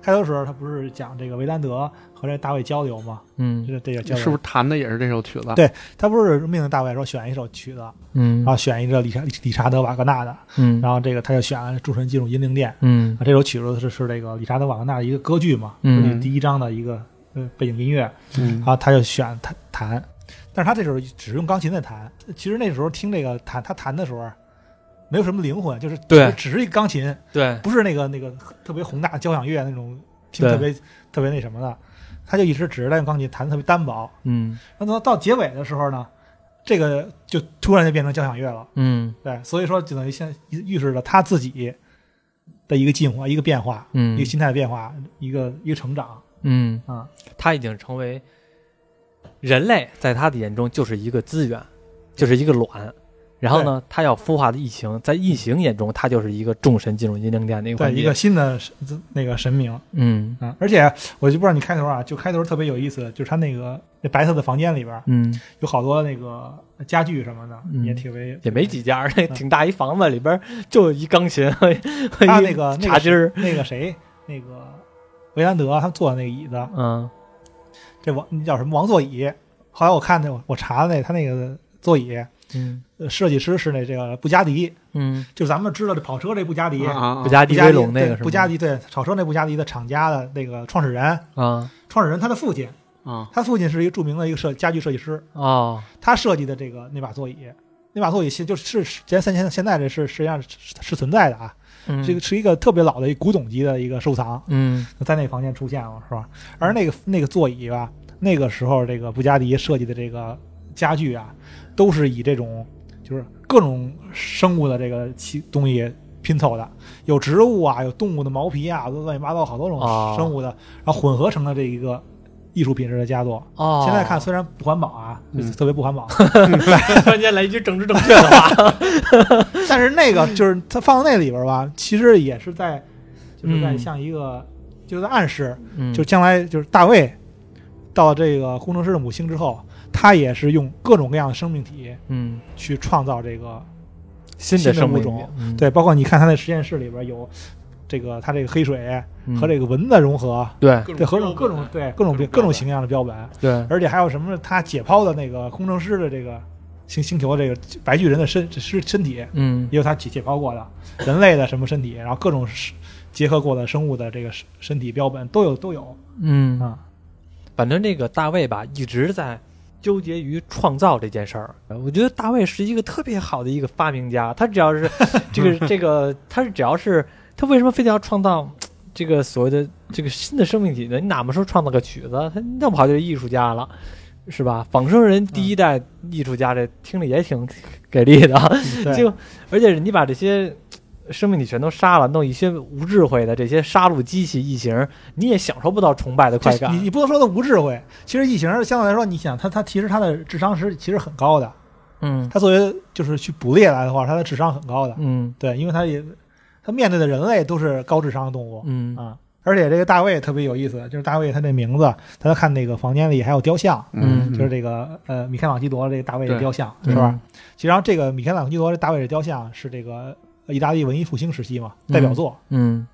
S2: 开头的时候他不是讲这个维兰德和这大卫交流吗？就
S1: 嗯
S2: 是这个交流，
S3: 是不是弹的也是这首曲子？
S2: 对他不是命令大卫说选一首曲子，
S1: 嗯
S2: 然后选一个理查理理查德瓦格纳的，
S1: 嗯
S2: 然后这个他就选了《诸神进入阴灵殿》
S1: 嗯
S2: 啊，这首曲子是是这个理查德瓦格纳的一个歌剧嘛，
S1: 嗯
S2: 就是第一章的一个呃背景音乐，
S3: 嗯
S2: 然，后他就选弹弹，但是他这时候只用钢琴在弹。其实那时候听这个弹，他弹的时候没有什么灵魂，就是
S1: 对
S2: 只是一钢琴，
S1: 对
S2: 不是那个那个特别宏大的交响乐那种听
S1: 对
S2: 特别特别那什么的。他就一直只是在用钢琴弹的特别单薄。
S1: 嗯
S2: 然后到结尾的时候呢，这个就突然就变成交响乐了。
S1: 嗯
S2: 对，所以说就等于现在预示着他自己的一个进化、一个变化、
S1: 嗯
S2: 一个心态的变化、一个一个成长
S1: 嗯，
S2: 啊、
S1: 他已经成为人类，在他的眼中就是一个资源，就是一个卵。然后呢，他要孵化的异形，在异形眼中，他就是一个众神进入阴灵殿的一个
S2: 对
S1: 环节。
S2: 一个新的神那个神明。
S1: 嗯
S2: 嗯，而且我就不知道你开头啊，就开头特别有意思，就是他那个那白色的房间里边儿
S1: 嗯，
S2: 有好多那个家具什么的，
S1: 嗯
S2: 也挺为
S1: 也没几家，那挺大一房子，里边就一钢 琴和和
S2: 他
S1: 一
S2: 那个那
S1: 茶
S2: 个
S1: 几儿。
S2: 那个谁那个维兰德他坐的那个椅子，
S1: 嗯
S2: 这王那叫什么王座椅？后来我看那我我查了那他那个座椅
S1: 嗯
S2: 呃设计师是那这个布加迪，
S1: 嗯，
S2: 就咱们知道这跑车这布加迪。
S3: 啊啊
S1: 布加
S2: 布
S1: 迪
S2: 加
S1: 威
S2: 迪
S1: 龙那个
S2: 对
S1: 是吗？
S2: 布加迪对跑车那布加迪的厂家的那个创始人，
S1: 啊
S2: 创始人他的父亲，
S3: 啊，
S2: 他父亲是一个著名的一个设家具设计师，
S1: 哦
S2: 他设计的这个那把座椅，那把座椅现就是是前三千现在这是实际上是是是存在的啊，
S1: 嗯
S2: 这个是一个特别老的一古董级的一个收藏，
S1: 嗯
S2: 在那个房间出现了是吧？而那个那个座椅吧，那个时候这个布加迪设计的这个家具啊，都是以这种就是各种生物的这个其东西。拼凑的有植物啊，有动物的毛皮啊，乱七八糟好多种
S1: 哦
S2: 生物的，然后混合成了这一个艺术品质的佳作。
S1: 哦，
S2: 现在 看虽然不环保啊，就
S3: 嗯
S2: 特别不环保，
S1: 突然间来一句政治正确的话，
S2: 但是那个就是它放到那里边儿吧，其实也是在，就是在
S1: 嗯
S2: 像一个，就是在暗示，
S1: 嗯
S2: 就将来就是大卫到这个工程师的母星之后，他也是用各种各样的生命体
S1: 嗯
S2: 去创造这个，
S1: 新
S2: 新的
S1: 的生
S2: 物
S1: 命
S2: 种
S1: 嗯
S2: 对，包括你看他在实验室里边儿有这个他这个黑水
S1: 嗯
S2: 和这个蚊子融合，
S1: 对
S3: 各
S2: 对，和种
S3: 各
S2: 各种对各种
S3: 啊各种
S2: 各
S3: 标
S2: 种
S3: 本
S2: 形象的标本，
S1: 对
S2: 而且还有什么他解剖的那个工程师的这个星星球这个白巨人的身身身体，
S1: 嗯
S2: 也有它解解剖过的人类的什么身体，然后各种是结合过的生物的这个身身体标本都有都有
S1: 嗯
S2: 啊。
S1: 反正这个大卫吧，一直在纠结于创造这件事儿。我觉得大卫是一个特别好的一个发明家，他只要 是这个这个，他是只要是他为什么非得要创造这个所谓的这个新的生命体呢？你哪怕说创造个曲子，他那么好就是艺术家了。是吧？仿生人第一代艺术家，这听着也挺给力的。
S2: 嗯 对
S1: 就而且你把这些呃生命体全都杀了，弄一些无智慧的这些杀戮机器异形，你也享受不到崇拜的快
S2: 这你
S1: 感。
S2: 你不能说它无智慧，其实异形相对来说，你想它它其实它的智商是其实很高的，
S1: 嗯
S2: 他作为就是去捕猎来的话，他的智商很高的，
S1: 嗯
S2: 对，因为他也他面对的人类都是高智商的动物
S1: 嗯
S2: 啊。而且这个大卫特别有意思，就是大卫他这名字，大家看那个房间里还有雕像，
S1: 嗯
S2: 就是这个呃米开朗基罗这个大卫的
S3: 对
S2: 雕像
S1: 嗯
S2: 是吧？其实上这个米开朗基罗这大卫的雕像是这个意大利文艺复兴时期嘛代表作，
S1: 嗯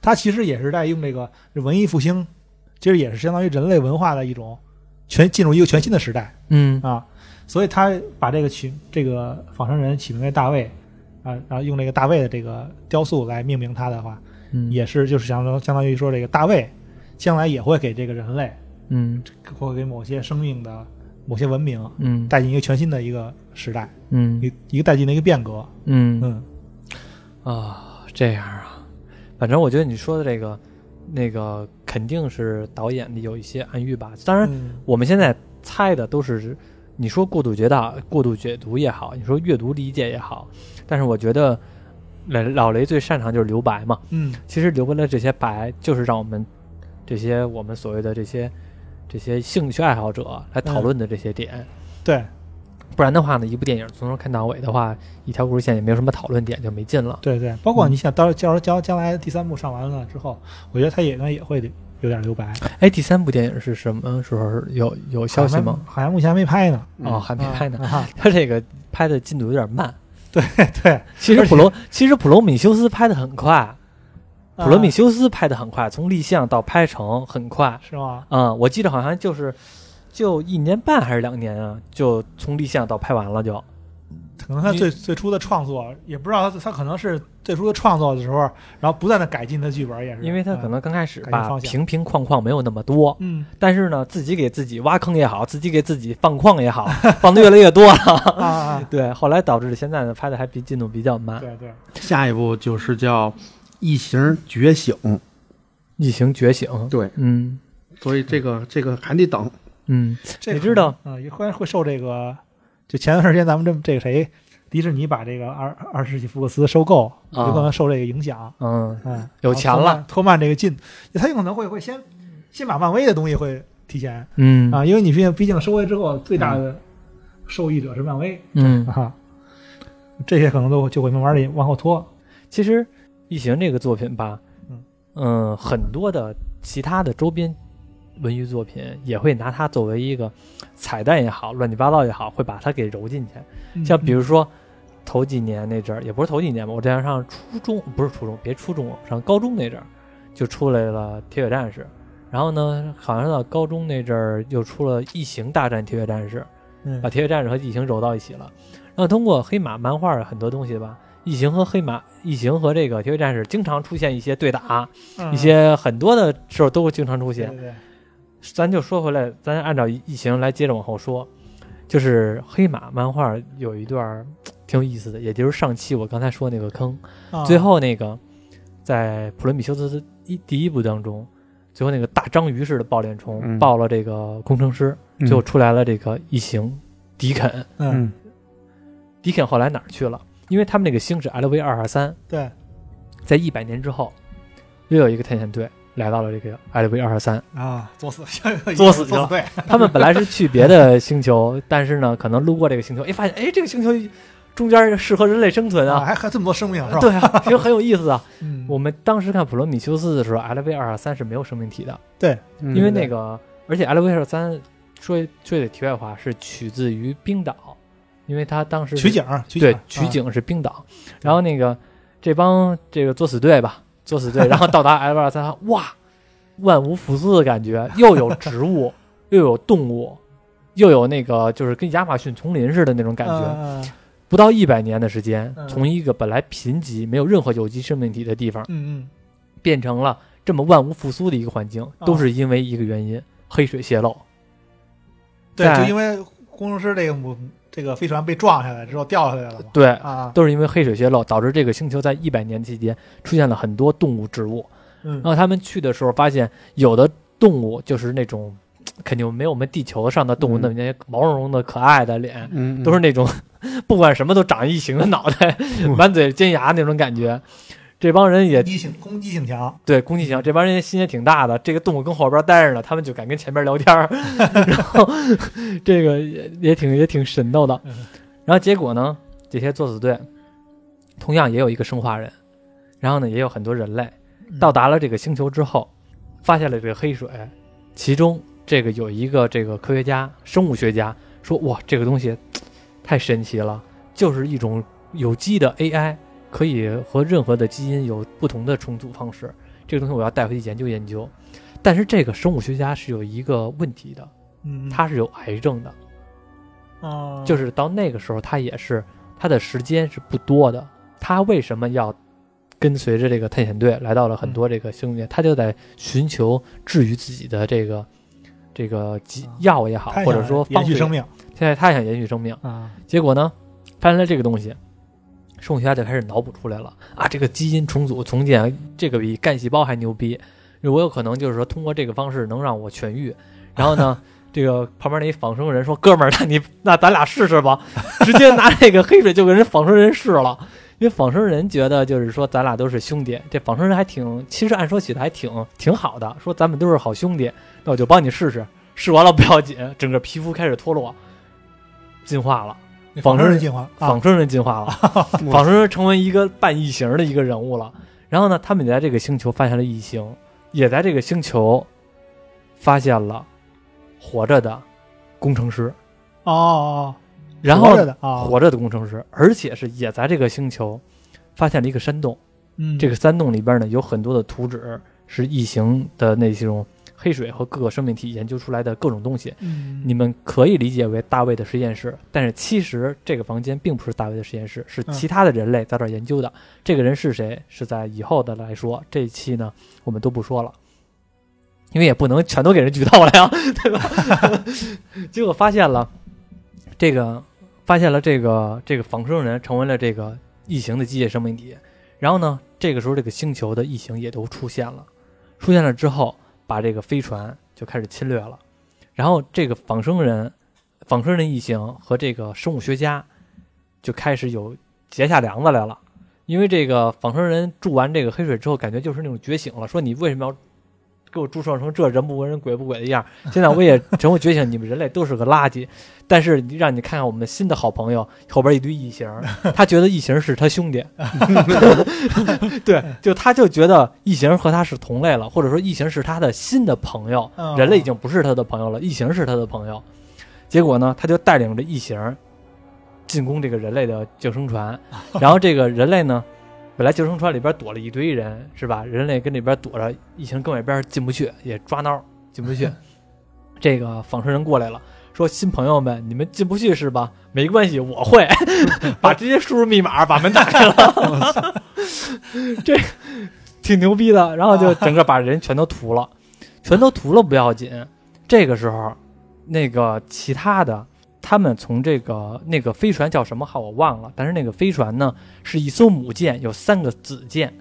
S2: 他其实也是在用这个文艺复兴，其实也是相当于人类文化的一种全进入一个全新的时代
S1: 嗯
S2: 啊，所以他把这个取这个仿生人起名为大卫啊，然后用这个大卫的这个雕塑来命名他的话，
S1: 嗯
S2: 也是就是相当相当于说这个大卫将来也会给这个人类
S1: 嗯
S2: 或给某些生命的某些文明
S1: 嗯
S2: 带进一个全新的一个时代，
S1: 嗯
S2: 一一个带进的一个变革，
S1: 嗯
S2: 嗯
S1: 啊，这样啊，反正我觉得你说的这个，那个肯定是导演里有一些暗喻吧。当然，
S2: 嗯
S1: 我们现在猜的都是你说过度解导、过度解读也好，你说阅读理解也好，但是我觉得老老雷最擅长就是留白嘛。
S2: 嗯
S1: 其实留白的这些白，就是让我们这些我们所谓的这些这些兴趣爱好者来讨论的这些点。
S2: 对
S1: 不然的话呢，一部电影从头看到尾的话，一条故事线也没有什么讨论点，就没劲了。
S2: 对对，包括你想到将将将来第三部上完了之后，我觉得他也应该也会有点留白，
S1: 哎，第三部电影是什么时候有有消息吗？
S2: 好像？好像目前还没拍呢，
S1: 哦，还没拍呢。
S2: 啊。
S1: 他这个拍的进度有点慢。
S2: 对，
S1: 其实
S2: 而且
S1: 普罗其实普罗米修斯拍的很快，普罗米修斯拍的很快，从立项到拍成很快
S2: 啊。是吗？
S1: 嗯，我记得好像就是就一年半还是两年啊，就从立项到拍完了就。
S2: 可能他
S1: 你
S2: 最最初的创作也不知道他，他可能是最初的创作的时候，然后不断的改进他剧本也是，
S1: 因为他可能刚开始
S2: 改变
S1: 吧，
S2: 方向
S1: 瓶瓶框框没有那么多，
S2: 嗯
S1: 但是呢，自己给自己挖坑也好，自己给自己放矿也好， 放的越来越多 了。
S2: 嗯啊啊，
S1: 对，后来导致现在呢，拍的还比进度比较慢。
S2: 对 对，
S3: 下一部就是叫《异形觉醒》，
S1: 异形觉醒，
S3: 对，
S1: 嗯
S3: 所以这个这个还得等。
S1: 嗯
S2: 这
S1: 你知道
S2: 可能啊，也会会受这个，就前段时间咱们这这个谁，迪士尼把这个二二十世纪福克斯收购，
S1: 啊
S2: 有可能受这个影响，
S1: 嗯，
S2: 嗯，
S1: 有钱
S2: 然后拖慢
S1: 了，
S2: 拖慢这个进，他有可能会会先先把漫威的东西会提前
S1: 嗯
S2: 啊，因为你毕竟毕竟收回之后，最大的受益者是漫威
S1: 嗯，
S2: 啊，这些可能都就会慢慢的往后拖，
S1: 其实《异形》这个作品吧，
S2: 嗯
S1: 嗯，很多的其他的周边文娱作品也会拿它作为一个彩蛋也好，乱七八糟也好，会把它给揉进去。像
S2: 嗯
S1: 比如说头几年那阵儿，也不是头几年吧，我之前上初中不是初中，别初中，上高中那阵儿就出来了《铁血战士》，然后呢，好像是到高中那阵儿又出了《异形大战铁血战士》，
S2: 嗯
S1: 把铁血战士和异形揉到一起了。然后通过黑马漫画很多东西吧，异形和黑马、异形和这个铁血战士经常出现一些对打，
S2: 嗯
S1: 一些很多的时候都会经常出
S2: 对
S1: 现
S2: 对。对，
S1: 咱就说回来，咱按照异形来接着往后说，就是黑马漫画有一段儿嘖挺有意思的，也就是上期我刚才说那个坑，
S2: 啊
S1: 最后那个在普罗米修斯一第一部当中，最后那个大章鱼似的爆裂虫
S3: 嗯
S1: 爆了这个工程师，最后出来了这个异形迪肯，
S2: 嗯
S3: 嗯
S1: 迪肯后来哪儿去了？因为他们那个星是 LV 二二三，
S2: 对
S1: 在一百年之后，又有一个探险队来到了这个 LV 二二三。
S2: 啊，作死
S1: 作死去了
S2: 作对，
S1: 他们本来是去别的星球，但是呢，可能路过这个星球，哎，发现哎，这个星球中间适合人类生存
S2: 啊
S1: 啊，
S2: 还还这么多生命是 吧？
S1: 对啊，其实很有意思啊。
S2: 嗯，
S1: 我们当时看《普罗米修斯》的时候，LV 二三是没有生命体的，
S3: 嗯
S1: 因为那个，而且 LV 二三说说点题外话是取自于冰岛，因为他当时是
S2: 取景儿取景
S1: 对
S2: 儿，啊
S1: 取景是冰岛，然后那个这帮这个作死队吧，作死队，然后到达 L 二三， 哇，万无福斯的感觉，又有植物，又有动物，又有那个就是跟亚马逊丛林似的那种感觉。
S2: 嗯
S1: 不到一百年的时间，
S2: 嗯
S1: 从一个本来贫瘠、没有任何有机生命体的地方，
S2: 嗯
S1: 变成了这么万物复苏的一个环境，
S2: 哦
S1: 都是因为一个原因——黑水泄漏。
S2: 嗯，对，
S1: 在
S2: 就因为工程师这个母这个飞船被撞下来之后掉下来了嘛，
S1: 对，
S2: 啊，
S1: 都是因为黑水泄漏导致这个星球在一百年期间出现了很多动物、植物。
S2: 嗯
S1: 然后他们去的时候发现，有的动物就是那种肯定没有我们地球上的动物
S3: 嗯
S1: 那么些毛茸茸的可爱的脸，
S3: 嗯
S1: 都是那种 不管什么都长异形的脑袋，
S3: 嗯
S1: 满嘴尖牙那种感觉。这帮人也
S2: 一性攻击性强，
S1: 对攻击性，这帮人心也挺大的。这个动物跟后边待着呢，他们就 敢跟前边聊天儿，然后这个也也挺也挺神叨的
S2: 嗯。
S1: 然后结果呢，这些作死队同样也有一个生化人，然后呢也有很多人类
S2: 嗯
S1: 到达了这个星球之后，发现了这个黑水，其中这个有一个这个科学家、生物学家说：“哇，这个东西嘖太神奇了，就是一种有机的 AI，可以和任何的基因有不同的重组方式。这个东西我要带回去研究研究。”但是这个生物学家是有一个问题的，
S2: 嗯，
S1: 他是有癌症的。
S2: 啊，
S1: 就是到那个时候，他也是他的时间是不多的。他为什么要跟随着这个探险队来到了很
S2: 嗯
S1: 多这个星界？他就在寻求治愈自己的这个这个疾药也好，
S2: 啊他想
S1: 或者说
S2: 延
S1: 方
S2: 续
S1: 式。
S2: 生命
S1: 现在他想延续生命，
S2: 啊，
S1: 结果呢，发现了这个东西，生物学家就开始脑补出来了啊，这个基因重组重建，这个比干细胞还牛逼，我有可能就是说通过这个方式能让我痊愈。然后呢， 这个旁边那一仿生人说：“哥们儿，那你 那咱俩试试吧。”直接拿这个黑水就给人仿生人试了， 因为仿生人觉得就是说咱俩都是兄弟，这仿生人还挺，其实按说起来还挺挺好的，说咱们都是好兄弟，那我就帮你试试。试完了不要紧，整个皮肤开始脱落，进化了。
S2: 那
S1: 仿
S2: 仿生
S1: 生
S2: 人进化啊
S1: 仿生人进化 了，仿生人成为一个半异形的一个人物了。然后呢，他们也在这个星球发现了异形，也在这个星球发现了活着的工程师，
S2: 哦哦，
S1: 然后
S2: 活着的啊，
S1: 活着的工程师，而且是也在这个星球发现了一个山洞。
S2: 嗯
S1: 这个山洞里边呢，有很多的图纸是异形的那些种黑水和各个生命体研究出来的各种东西。
S2: 你
S1: 你们可以理解为大卫的实验室，但是其实这个房间并不是大卫的实验室，是
S2: 嗯
S1: 其他的人类在这儿研究的。这个人是谁，是在以后的来说，这一期呢我们都不说了，因为也不能全都给人剧透了呀，对吧？ 结果发现了这个，发现了这个这个仿生人成为了这个异形的机械生命体，然后呢，这个时候这个星球的异形也都出现了，出现了之后，把这个飞船就开始侵略了。然后这个仿生人、仿生人一行和这个生物学家就开始有结下梁子来了，因为这个仿生人注完这个黑水之后，感觉就是那种觉醒了，说你为什么要给我注射成这人不文人鬼不鬼的样儿？现在我也成为觉醒，你们 人类都是个垃圾。但是让你看看我们新的好朋友后边一堆异形儿，他觉得异形是他兄弟， 对，就他就觉得异形和他是同类了，或者说异形是他的新的朋友，
S2: 嗯
S1: 人类已经不是他的朋友了，异形是他的朋友。结果呢，他就带领着异形进攻这个人类的救生船，然后这个人类呢，本来救生船里边躲了一堆人，是吧？人类跟里边躲着，异形跟外边进不去，也抓挠进不去。 这个仿生人过来了。说新朋友们，你们进不去是吧？没关系，我会 把直接输入密码把门打开了， 这挺牛逼的。然后就整个把人全都屠了，全都屠了不要紧。这个时候，那个其他的他们从这个那个飞船叫什么号我忘了，但是那个飞船呢是一艘母舰，有三个子舰。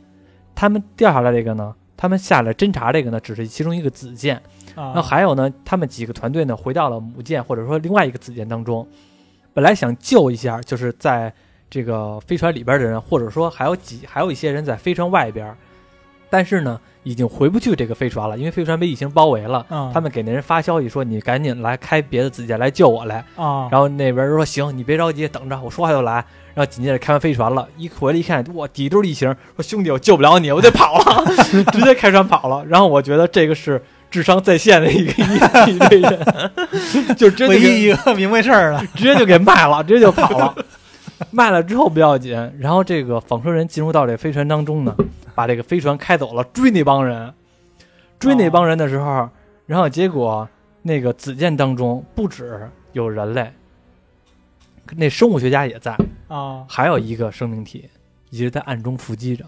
S1: 他们掉下来这个呢，他们下来侦察这个呢，只是其中一个子舰。
S2: 啊
S1: 那还有呢，他们几个团队呢回到了母舰或者说另外一个子舰当中，本来想救一下，就是在这个飞船里边的人，或者说还有几还有一些人在飞船外边，但是呢已经回不去这个飞船了，因为飞船被异形包围了。
S2: 啊
S1: 他们给那人发消息说：“你赶紧来开别的子舰来救我来。”
S2: 啊，
S1: 然后那边说：“行，你别着急，等着，我说话就来。”然后紧接着开完飞船了，一回来一看，哇，底都是异形，说：“兄弟，我救不了你，我得跑了。” 直接开船跑了。然后我觉得这个是智商在线的一个一一 队人，就真的
S2: 唯
S1: 给
S2: 一一个明白事儿了，
S1: 直接就给卖了，直接就跑了。卖了之后不要紧，然后这个仿生人进入到这飞船当中呢，把这个飞船开走了，追那帮人。追那帮人的时候，然后结果那个子舰当中不止有人类，那生物学家也在，
S2: 啊，
S1: 还有一个生命体一直在暗中伏击着，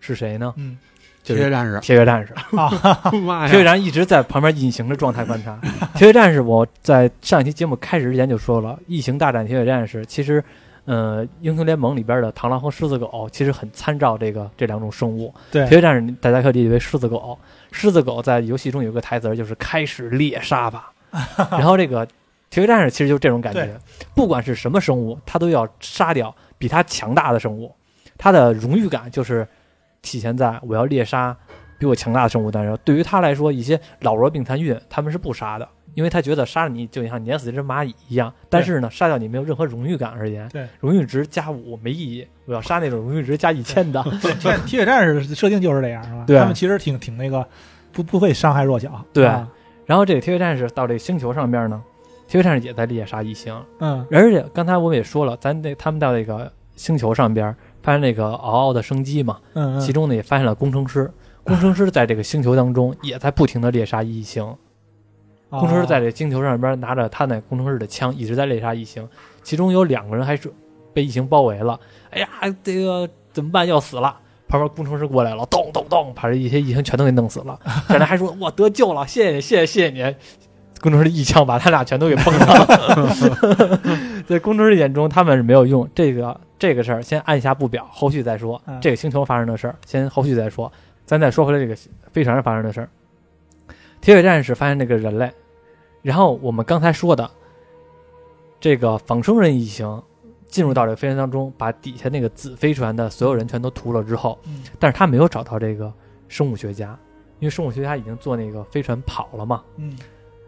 S1: 是谁呢？
S2: 嗯
S1: 就
S3: 铁
S1: 是
S3: 血战士，
S1: 铁血战士。
S3: 妈
S1: 铁血
S3: 呀！
S1: 战士一直在旁边隐形的状态观察。铁血战士，我在上一期节目开始之前就说了，《异形大战铁血战士》其实，呃，英雄联盟里边的螳螂和狮子狗其实很参照这个这两种生物。
S2: 对
S1: 铁血战士大家可以理解为狮子狗，狮子狗在游戏中有个台词儿就是“开始猎杀 吧”，然后这个铁血战士其实就是这种感觉
S2: 对，
S1: 不管是什么生物，它都要杀掉比它强大的生物，它的荣誉感就是体现在我要猎杀比我强大的生物诞生。对于他来说，一些老弱病残孕他们是不杀的，因为他觉得杀了你就像碾死一只蚂蚁一样。但是呢，杀掉你没有任何荣誉感而言，
S2: 对，
S1: 荣誉值加五没意义，我要杀那种荣誉值加一千的。
S2: 铁铁血战士设定就是这样，是吧？
S1: 对
S2: 他们其实挺挺那个，不不会伤害弱小。
S1: 对
S2: 啊
S1: 然后这个铁血战士到这个星球上边呢，铁血战士也在猎杀异形，
S2: 嗯，
S1: 而且刚才我们也说了，咱那他们到那个星球上边发现那个嗷嗷的生机嘛，
S2: 嗯
S1: 其
S2: 嗯，
S1: 中呢也发现了工程师。工程师在这个星球当中也在不停的猎杀异形，工程师在
S2: 哦
S1: 这星球上边拿着他那工程师的枪一直在猎杀异形，其中有两个人还是被异形包围了，哎呀，这个怎么办？要死了！旁边工程师过来了，咚咚咚，把这一些异形全都给弄死了。这人还说：“我得救了，谢谢你，谢谢谢谢你。”工程师一枪把他俩全都给崩了。 在工程师眼中，他们是没有用。这个这个事儿先按下不表，后续再说
S2: 嗯。
S1: 这个星球发生的事儿，先后续再说。咱再说回来这个飞船上发生的事儿。铁血战士发现那个人类，然后我们刚才说的这个仿生人一行进入到这个飞船当中，把底下那个子飞船的所有人全都屠了之后，
S2: 嗯
S1: 但是他没有找到这个生物学家，因为生物学家已经坐那个飞船跑了嘛。
S2: 嗯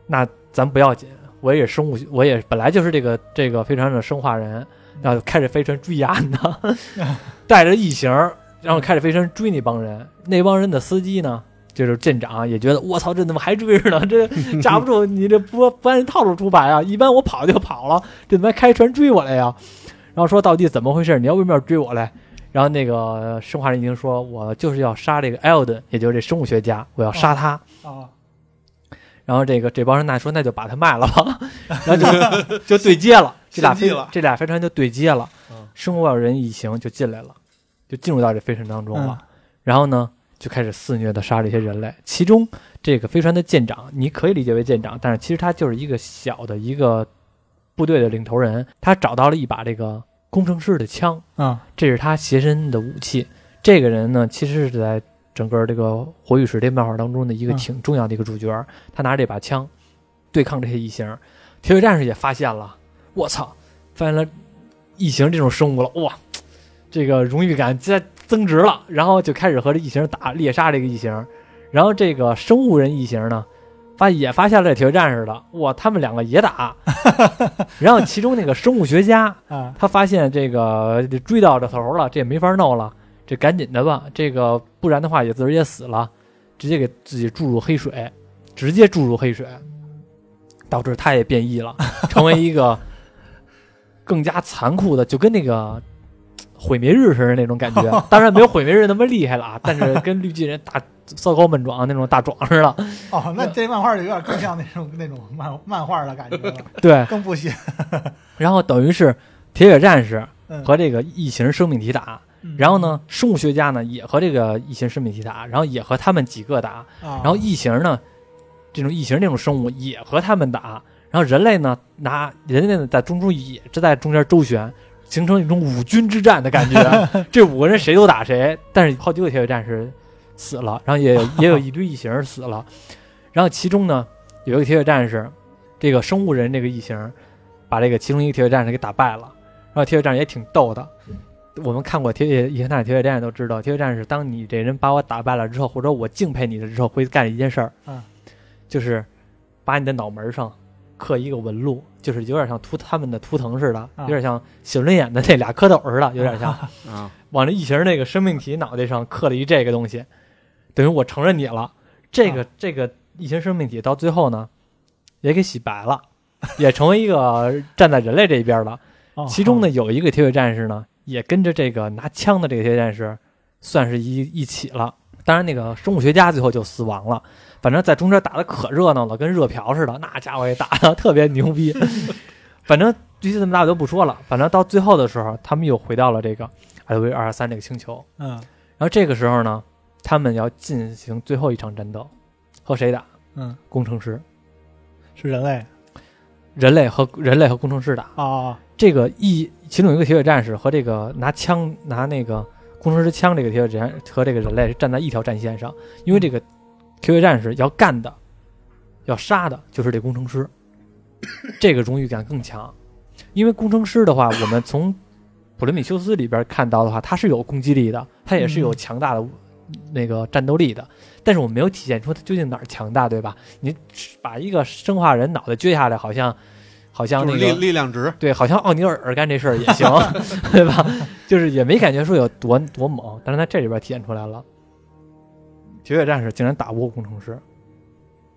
S1: 那咱不要紧，我也是生物学，我也本来就是这个这个飞船上的生化人，然后开着飞船追啊呀呢，带着异形儿，然后开着飞船追那帮人，那帮人的司机呢？就是舰长也觉得我操，这怎么还追着呢？这架不住你这不不按套路出牌啊！一般我跑就跑了，这怎么还开船追我来呀？然后说到底怎么回事？你要为什么要追我来？然后那个生化人已经说，我就是要杀这个艾 l 顿，也就是这生物学家，我要杀他。
S2: 啊，
S1: 然后这个这帮人那说那就把它卖了吧， 然后就就对接了，这俩
S2: 献祭
S1: 飞
S2: 了
S1: 这俩飞船就对接了
S3: 嗯，
S1: 生化人一行就进来了，就进入到这飞船当中
S2: 嗯
S1: 了。然后呢，就开始肆虐的杀这些人类，其中这个飞船的舰长，你可以理解为舰长，但是其实他就是一个小的一个部队的领头人，他找到了一把这个工程师的枪，
S2: 啊
S1: 这是他携身的武器。这个人呢，其实是在整个这个《火与石》这漫画当中的一个
S2: 嗯
S1: 挺重要的一个主角。他拿着这把枪对抗这些异形，铁血战士也发现了，我操，发现了异形这种生物了，哇，这个荣誉感加增值了，然后就开始和这异形打猎杀这个异形。然后这个生物人异形呢，发也发现了这铁血战士了，哇，他们两个也打。然后其中那个生物学家
S2: 啊，
S1: 他发现这个追到这头了，这也没法弄了，这赶紧的吧，这个不然的话也自个儿也死了，直接给自己注入黑水，直接注入黑水，导致他也变异了， 成为一个更加残酷的，就跟那个毁灭日似的那种感觉。当然没有毁灭日那么厉害了啊，但是跟绿巨人大骚高闷壮那种大壮似的，
S2: 哦，那这漫画就有点更像那种那种漫漫画的感觉了，
S1: 对。
S2: 更不写。
S1: 然后等于是铁血战士
S2: 嗯
S1: 和这个异形生命体打，
S2: 嗯
S1: 然后呢，生物学家呢也和这个异形生命体打，然后也和他们几个打，
S2: 啊，
S1: 然后异形呢，这种异形这种生物也和他们打，然后人类呢拿人类呢在中中也是在中间周旋，形成一种五军之战的感觉，这五个人谁都打谁，但是好几个铁血战士死了，然后也有也有一堆异形死了，然后其中呢有一个铁血战士，这个生物人这个异形把这个其中一个铁血战士给打败了，然后铁血战士也挺逗的。我们看过《铁血以前看铁血战士》都知道，铁血战士当你这人把我打败了之后，或者我敬佩你的之后，会干一件事儿，
S2: 嗯，
S1: 就是把你的脑门上刻一个纹路，就是有点像图他们的图腾似的，
S2: 啊
S1: 有点像写轮眼的那俩蝌蚪似的，有点像
S3: 啊，
S1: 往这异形那个生命体脑袋上刻了一这个东西，等于我承认你了。这个、这个异形生命体到最后呢，也给洗白了，也成为一个站在人类这一边了。
S2: 哦
S1: 其中呢，有一个铁血战士呢，也跟着这个拿枪的这个铁血战士，算是一一起了。当然，那个生物学家最后就死亡了。反正，在中间打的可热闹了，跟热瓢似的，那家伙也打的特别牛逼。 反正具体怎么打我就不说了。反正到最后的时候，他们又回到了这个 LV 二三这个星球。
S2: 嗯
S1: 然后这个时候呢，他们要进行最后一场战斗，和谁打？
S2: 嗯，
S1: 工程师，
S2: 是人类
S1: 人类和人类和工程师打。
S2: 啊
S1: 这个一其中有一个铁血战士和这个拿枪拿那个工程师枪这个铁血战和这个人类是站在一条战线上，因为这个铁血战士要干的、要杀的就是这工程师，这个荣誉感更强。因为工程师的话，我们从普罗米修斯里边看到的话，他是有攻击力的，他也是有强大的那个战斗力的，但是我没有体现出他究竟哪儿强大，对吧？你把一个生化人脑袋撅下来，好像好像
S4: 就
S1: 那
S4: 是
S1: 个
S4: 力力量值，
S1: 对，好像奥尼尔干这事儿也行，对吧？就是也没感觉说有多多猛，但是他这里边体现出来了，铁血战士竟然打不过工程师，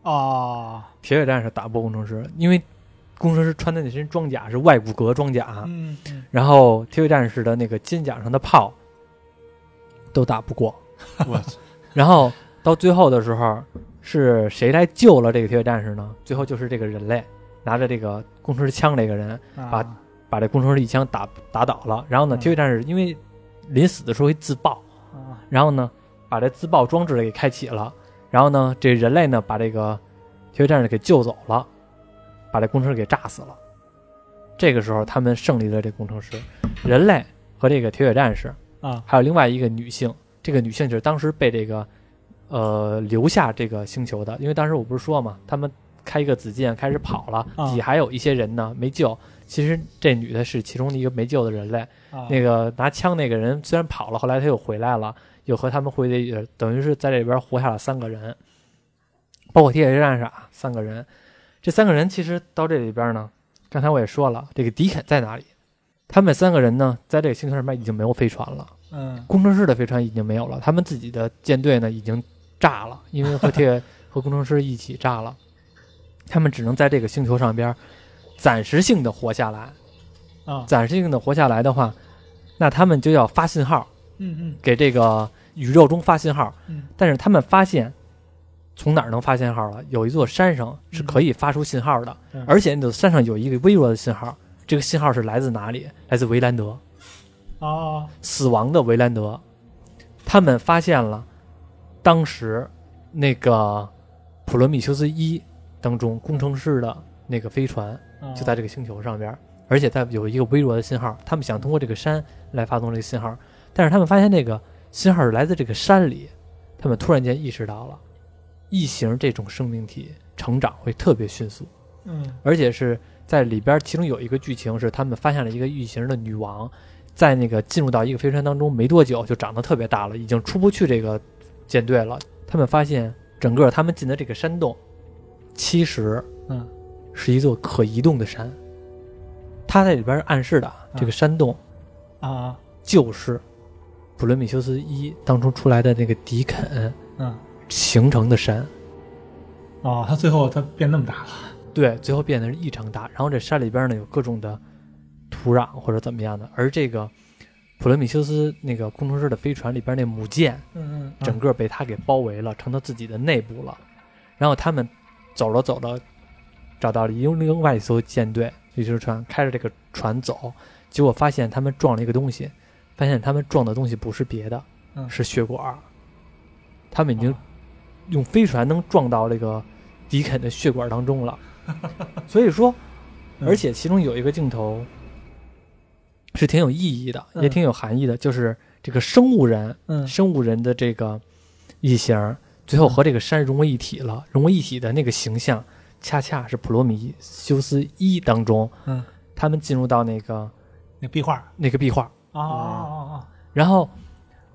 S2: 哦，
S1: 铁血战士打不过工程师，因为工程师穿的那身装甲是外骨骼装甲，
S2: 嗯，
S1: 然后铁血战士的那个肩甲上的炮都打不过，
S3: 我操
S1: 然后到最后的时候是谁来救了这个铁血战士呢？最后就是这个人类拿着这个工程师枪这个人，
S2: 啊
S1: 把这工程师一枪打打倒了。然后呢，
S2: 嗯
S1: 铁血战士因为临死的时候会自爆，
S2: 啊
S1: 然后呢把这自爆装置给开启了。然后呢，这人类呢把这个铁血战士给救走了，把这工程师给炸死了。这个时候，他们胜利了这工程师，人类和这个铁血战士，
S2: 啊
S1: 还有另外一个女性，这个女性就是当时被这个呃留下这个星球的，因为当时我不是说嘛，他们开一个子舰开始跑了，
S2: 啊
S1: 底还有一些人呢没救。其实这女的是其中的一个没救的人类，
S2: 啊
S1: 那个拿枪那个人虽然跑了，后来他又回来了，又和他们回去，等于是在这边活下了三个人，包括铁血战士啊，三个人。这三个人其实到这里边呢，刚才我也说了，这个迪肯在哪里？他们三个人呢，在这个星球上面已经没有飞船了。
S2: 嗯
S1: 工程师的飞船已经没有了，他们自己的舰队呢已经炸了，因为和铁和工程师一起炸了，他们只能在这个星球上边儿暂时性的活下来。
S2: 啊
S1: 暂时性的活下来的话，那他们就要发信号
S2: 嗯
S1: 给这个宇宙中发信号
S2: 嗯。
S1: 但是他们发现从哪儿能发信号了？有一座山上是可以发出信号的，
S2: 嗯
S1: 而且那座山上有一个微弱的信号，这个信号是来自哪里？来自维兰德。
S2: 嗯啊
S1: 死亡的维兰德，他们发现了当时那个《普罗米修斯一》当中工程师的那个飞船
S2: 啊
S1: 就在这个星球上边，而且它有一个微弱的信号，他们想通过这个山来发送这个信号，但是他们发现那个信号是来自这个山里，他们突然间意识到了，异形这种生命体成长会特别迅速。
S2: 嗯
S1: 而且是在里边儿，其中有一个剧情是他们发现了一个异形的女王，在那个进入到一个飞船当中没多久就长得特别大了，已经出不去这个舰队了。他们发现整个他们进的这个山洞，其实
S2: 嗯
S1: 是一座可移动的山。他在里边儿暗示的啊这个山洞
S2: 啊
S1: 就是《普罗米修斯一》当初出来的那个迪肯
S2: 嗯
S1: 形成的山。
S2: 哦，他最后他变那么大了
S1: 对，最后变得是异常大。然后这山里边呢有各种的土壤或者怎么样的，而这个普罗米修斯那个工程师的飞船里边那母舰，
S2: 嗯
S1: 整个被他给包围了，成他自己的内部了。然后他们走了走了，找到了另另外一艘舰队，也就是船，开着这个船走，结果发现他们撞了一个东西，发现他们撞的东西不是别的，
S2: 嗯哦
S1: 是血管儿。他们已经用飞船能撞到这个迪肯的血管当中 了。所以说，
S2: 嗯
S1: 而且其中有一个镜头是挺有意义的，
S2: 嗯
S1: 也挺有含义的，就是这个生物人，
S2: 嗯
S1: 生物人的这个异形，最后和这个山融为一体了。融为一体的那个形象，恰恰是《普罗米修斯一》当中
S2: 嗯
S1: 他们进入到那个
S2: 那壁画啊
S1: 那个壁画，
S2: 啊
S1: 嗯
S2: 啊
S1: 然后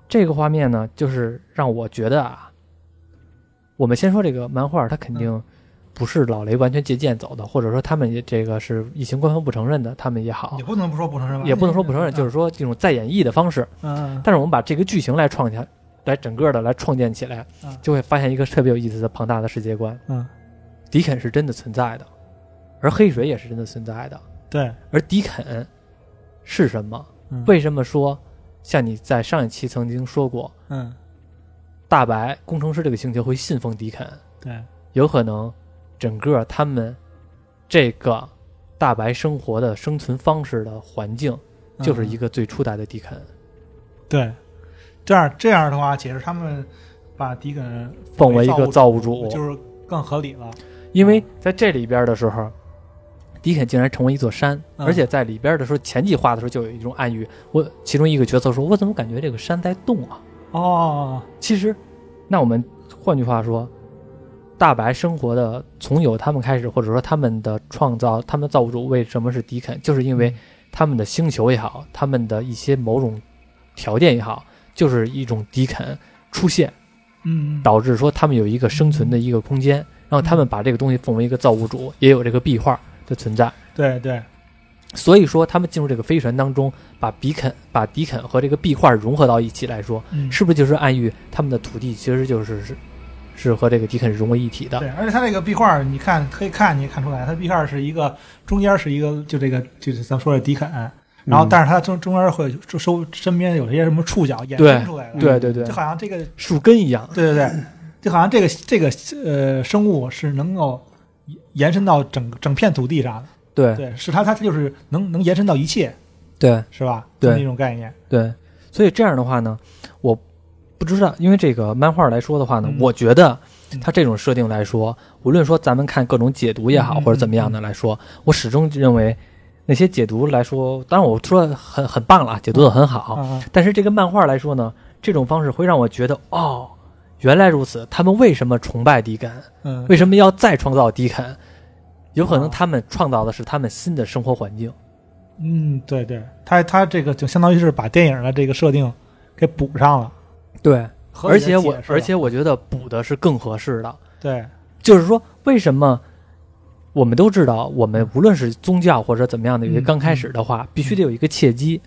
S1: 这个画面呢，就是让我觉得啊，我们先说这个漫画，它肯定不是老雷完全借鉴走的，或者说他们也这个是疫情官方不承认的，他们也好
S2: 也，不能不说不承认吧，
S1: 也不能说不承认，就是说这种再演绎的方式。
S2: 嗯
S1: 但是我们把这个剧情来创下，来整个的来创建起来
S2: 嗯，
S1: 就会发现一个特别有意思的庞大的世界观。
S2: 嗯，
S1: 迪肯是真的存在的，而黑水也是真的存在的，
S2: 对
S1: 而迪肯是什么？
S2: 嗯
S1: 为什么说像你在上一期曾经说过？
S2: 嗯
S1: 大白工程师这个星球会信奉迪肯，
S2: 对
S1: 有可能整个他们这个大白生活的生存方式的环境，
S2: 嗯
S1: 就是一个最初代的迪肯，
S2: 对这样这样的话解释他们把迪肯
S1: 奉为一个造物主，
S2: 就是更合理了，
S1: 因为在这里边的时候。迪肯竟然成为一座山，
S2: 嗯
S1: 而且在里边的时候，前几话的时候就有一种暗喻。我其中一个角色说：“我怎么感觉这个山在动啊
S2: 哦，？”
S1: 其实，那我们换句话说，大白生活的从有他们开始，或者说他们的创造，他们的造物主为什么是迪肯，就是因为他们的星球也好，他们的一些某种条件也好，就是一种迪肯出现，
S2: 嗯，
S1: 导致说他们有一个生存的一个空间，然后他们把这个东西奉为一个造物主，也有这个壁画的存在。
S2: 对对，
S1: 所以说，他们进入这个飞船当中，把比肯、把迪肯和这个壁画融合到一起来说，
S2: 嗯
S1: 是不是就是暗喻他们的土地其实就是是是和这个迪肯是融为一体的？
S2: 对，而且它这个壁画，你看可以看，你也看出来，它壁画是一个中间是一个，就这个就是咱们说的迪肯，然
S1: 嗯
S2: 后但是它中中间会就收身边有一些什么触角衍
S1: 对
S2: 生出来的，
S1: 对对对
S2: 就，好像这个，对
S1: 树根一样。
S2: 对对，就好像这个这个呃生物是能够延伸到整整片土地上的，
S1: 对
S2: 对，是它它它就是能能延伸到一切，
S1: 对
S2: 是吧？
S1: 对
S2: 这么一种概念，
S1: 对，所以这样的话呢，我不知道，因为这个漫画来说的话呢，
S2: 嗯
S1: 我觉得它这种设定来说，无论说咱们看各种解读也好，
S2: 嗯
S1: 或者怎么样的来说，我始终认为那些解读来说，当然我说很很棒了，解读的很好，
S2: 啊，
S1: 但是这个漫画来说呢，这种方式会让我觉得，哦，原来如此。他们为什么崇拜迪肯？
S2: 嗯，
S1: 为什么要再创造迪肯？有可能
S2: 哦
S1: 他们创造的是他们新的生活环境。
S2: 嗯，对对，它它这个就相当于是把电影的这个设定给补上了，
S1: 对，
S2: 合
S1: 而
S2: 理地
S1: 且我
S2: 解释了
S1: 而且我觉得补的是更合适的，
S2: 对，
S1: 就是说为什么？我们都知道，我们无论是宗教或者怎么样的，有一个
S2: 嗯
S1: 刚开始的话，必须得有一个契机。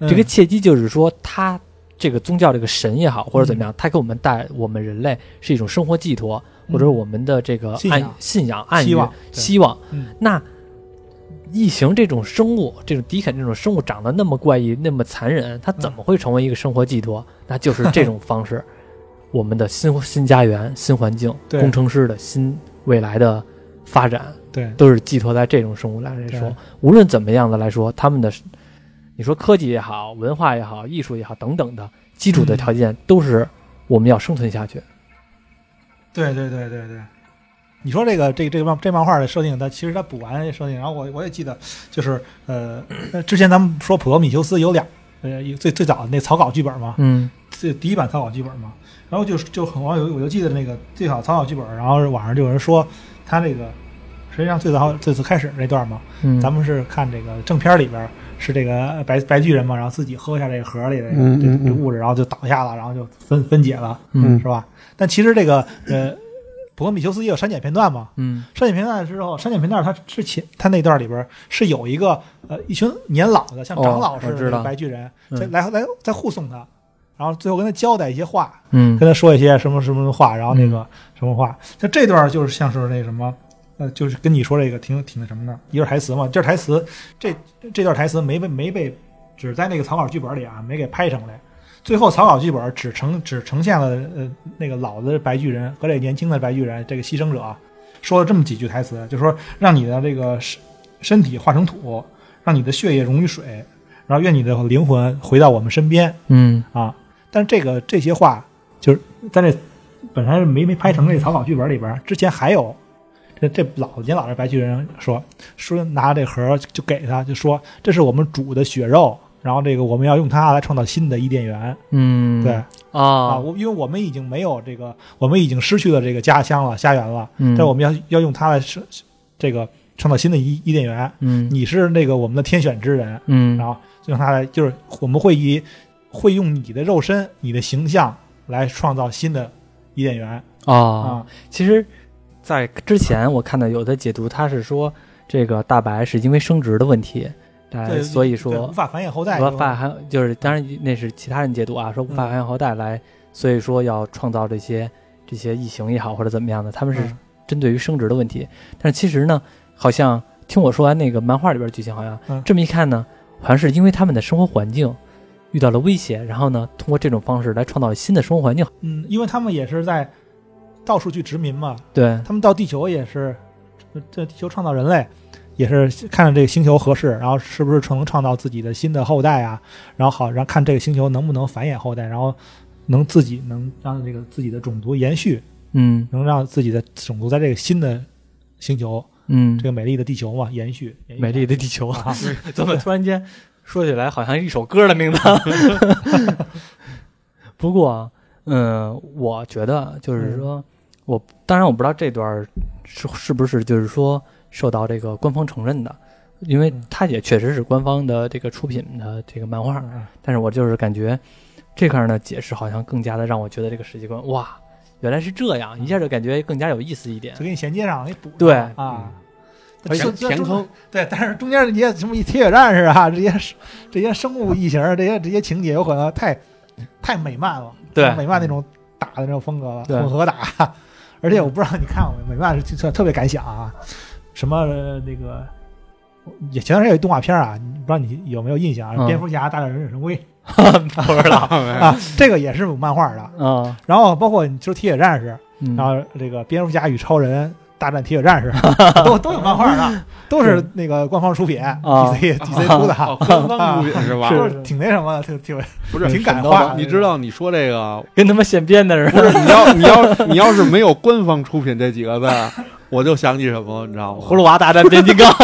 S2: 嗯
S1: 这个契机就是说，他这个宗教这个神也好，或者怎
S2: 嗯
S1: 么样，他给我们带我们人类是一种生活寄托，或者我们的这个
S2: 信
S1: 暗
S2: 仰
S1: 信仰、暗
S2: 嗯希
S1: 喻
S2: 望对
S1: 希望
S2: 嗯。
S1: 那异形这种生物，这种迪肯这种生物长得那么怪异、那么残忍，它怎么会成为一个生活寄托？那就是这种方式， 我们的新新家园、新环境、
S2: 对
S1: 工程师的新未来的发展，
S2: 对，
S1: 都是寄托在这种生物来说
S2: 对。
S1: 无论怎么样的来说，他们的你说科技也好，文化也好，艺术也好等等的基
S2: 嗯
S1: 础的条件，都是我们要生存下去。
S2: 对对对对对，你说这个这个这个漫这漫画的设定，它其实它补完这设定，然后我我也记得，就是呃，呃之前咱们说普罗米修斯有两呃一最最早的那草稿剧本嘛，
S1: 嗯
S2: 这第一版草稿剧本嘛，然后就就很网友我就记得那个最早草稿剧本，然后网上就有人说他这个实际上最早最最开始那段嘛，
S1: 嗯
S2: 咱们是看这个正片里边是这个白白巨人嘛，然后自己喝下这个盒里的这个
S3: 嗯
S2: 这
S3: 嗯
S2: 这
S3: 嗯
S2: 物质，然后就倒下了，然后就分分解了。
S1: 嗯
S2: 是吧？但其实这个呃，普罗米修斯也有删减片段嘛。
S1: 嗯
S2: 删减片段之后，删减片段它是前它那段里边是有一个呃一群年老的像长老似
S1: 哦我
S2: 的
S1: 知
S2: 那
S1: 道
S2: 个白巨人、
S1: 嗯
S2: 在来来在护送他，然后最后跟他交代一些话，
S1: 嗯
S2: 跟他说一些什么什么话，然后那个什么话，像这段就是像是那什么。呃，就是跟你说这个挺挺那什么的，一段台词嘛，这段台词，这这段台词没被没被，只在那个草稿剧本里啊，没给拍成来。最后草稿剧本只呈只呈现了呃那个老的白巨人和这年轻的白巨人这个牺牲者啊说了这么几句台词，就说让你的这个身身体化成土，让你的血液溶于水，然后愿你的灵魂回到我们身边。
S1: 嗯
S2: 啊。但是这个这些话就是在这本来是没没拍成这草稿剧本里边儿，之前还有这这老年老的白巨人说说拿这盒儿就给他，就说这是我们煮的血肉。然后这个我们要用它来创造新的伊甸园，
S1: 嗯，
S2: 对、啊，
S1: 啊，
S2: 我因为我们已经没有这个，我们已经失去了这个家乡了、家园了，
S1: 嗯
S2: 啊但我们要要用它来是这个创造新的伊伊甸园。
S1: 嗯
S2: 你是那个我们的天选之人，
S1: 嗯
S2: 然后就让他来，就是我们会以会用你的肉身、你的形象来创造新的伊甸园
S1: 啊，
S2: 啊，
S1: 其实，在之前我看到有的解读，他是说这个大白是因为生殖的问题，来，
S2: 对，
S1: 哎所以
S2: 对
S1: 说
S2: 无法繁衍后代，
S1: 无法还就是当然那是其他人解读啊，说无法
S2: 嗯
S1: 繁衍后代来，所以说要创造这些这些异形也好或者怎么样的，他们是
S2: 嗯
S1: 针对于生殖的问题。但是其实呢，好像听我说完那个漫画里边剧情，好像、
S2: 嗯
S1: 这么一看呢，好像是因为他们的生活环境遇到了威胁，然后呢，通过这种方式来创造新的生活环境。
S2: 嗯，因为他们也是在到处去殖民嘛，
S1: 对，
S2: 他们到地球也是，这地球创造人类，也是看着这个星球合适，然后是不是能创造自己的新的后代啊？然后好，然后看这个星球能不能繁衍后代，然后能自己能让这个自己的种族延续，
S1: 嗯
S2: 能让自己的种族在这个新的星球
S1: 嗯
S2: 这，个美丽的地球嘛，延续延续
S1: 美丽的地球
S2: 啊，
S1: 怎么突然间说起来好像一首歌的名字？ 不过，嗯、我觉得就是说，我当然我不知道这段是是不是就是说受到这个官方承认的，因为
S2: 嗯
S1: 它也确实是官方的这个出品的这个漫画，
S2: 嗯
S1: 但是我就是感觉这块儿呢解释好像更加的让我觉得这个世界观哇，原来是这样，一下就感觉更加有意思一点
S2: 就。给你衔接上，给你补上
S1: 对
S2: 啊。
S1: 哎
S3: 而且
S2: 中
S3: 填坑，
S2: 对，但是中间你也什么一铁血战士啊，这些 这些生物异形，这些这些情节有可能太太美漫了，
S1: 对
S2: 美漫那种打的那种风格了，
S1: 对
S2: 混合打。 而且我不知道你看过没，美漫是特特别敢想啊，什么呃那个也前段时间有一动画片啊，你不知道你有没有印象啊？
S1: 嗯哎
S2: 蝙蝠侠大战忍者神龟
S1: 不知道
S2: 啊，这个也是有漫画的。
S1: 啊，
S2: 然后包括你说铁血战士，
S1: 嗯
S2: 然后这个蝙蝠侠与超人大战铁血 战士，都都有漫画的，都是那个官方出品，DC
S1: 啊
S2: DC 出的哈，
S3: 哦官方物品是吧？
S2: 就是挺那什么的，挺挺
S3: 不是
S2: 挺感
S1: 神叨
S2: 化的。
S3: 你知道你说这 个，
S1: 跟他妈现编的似
S3: 不是你要你要你要是没有官方出品这几个字，我就想起什么，你知道
S1: 的，
S3: 吗？
S1: 葫芦娃大战变形金刚，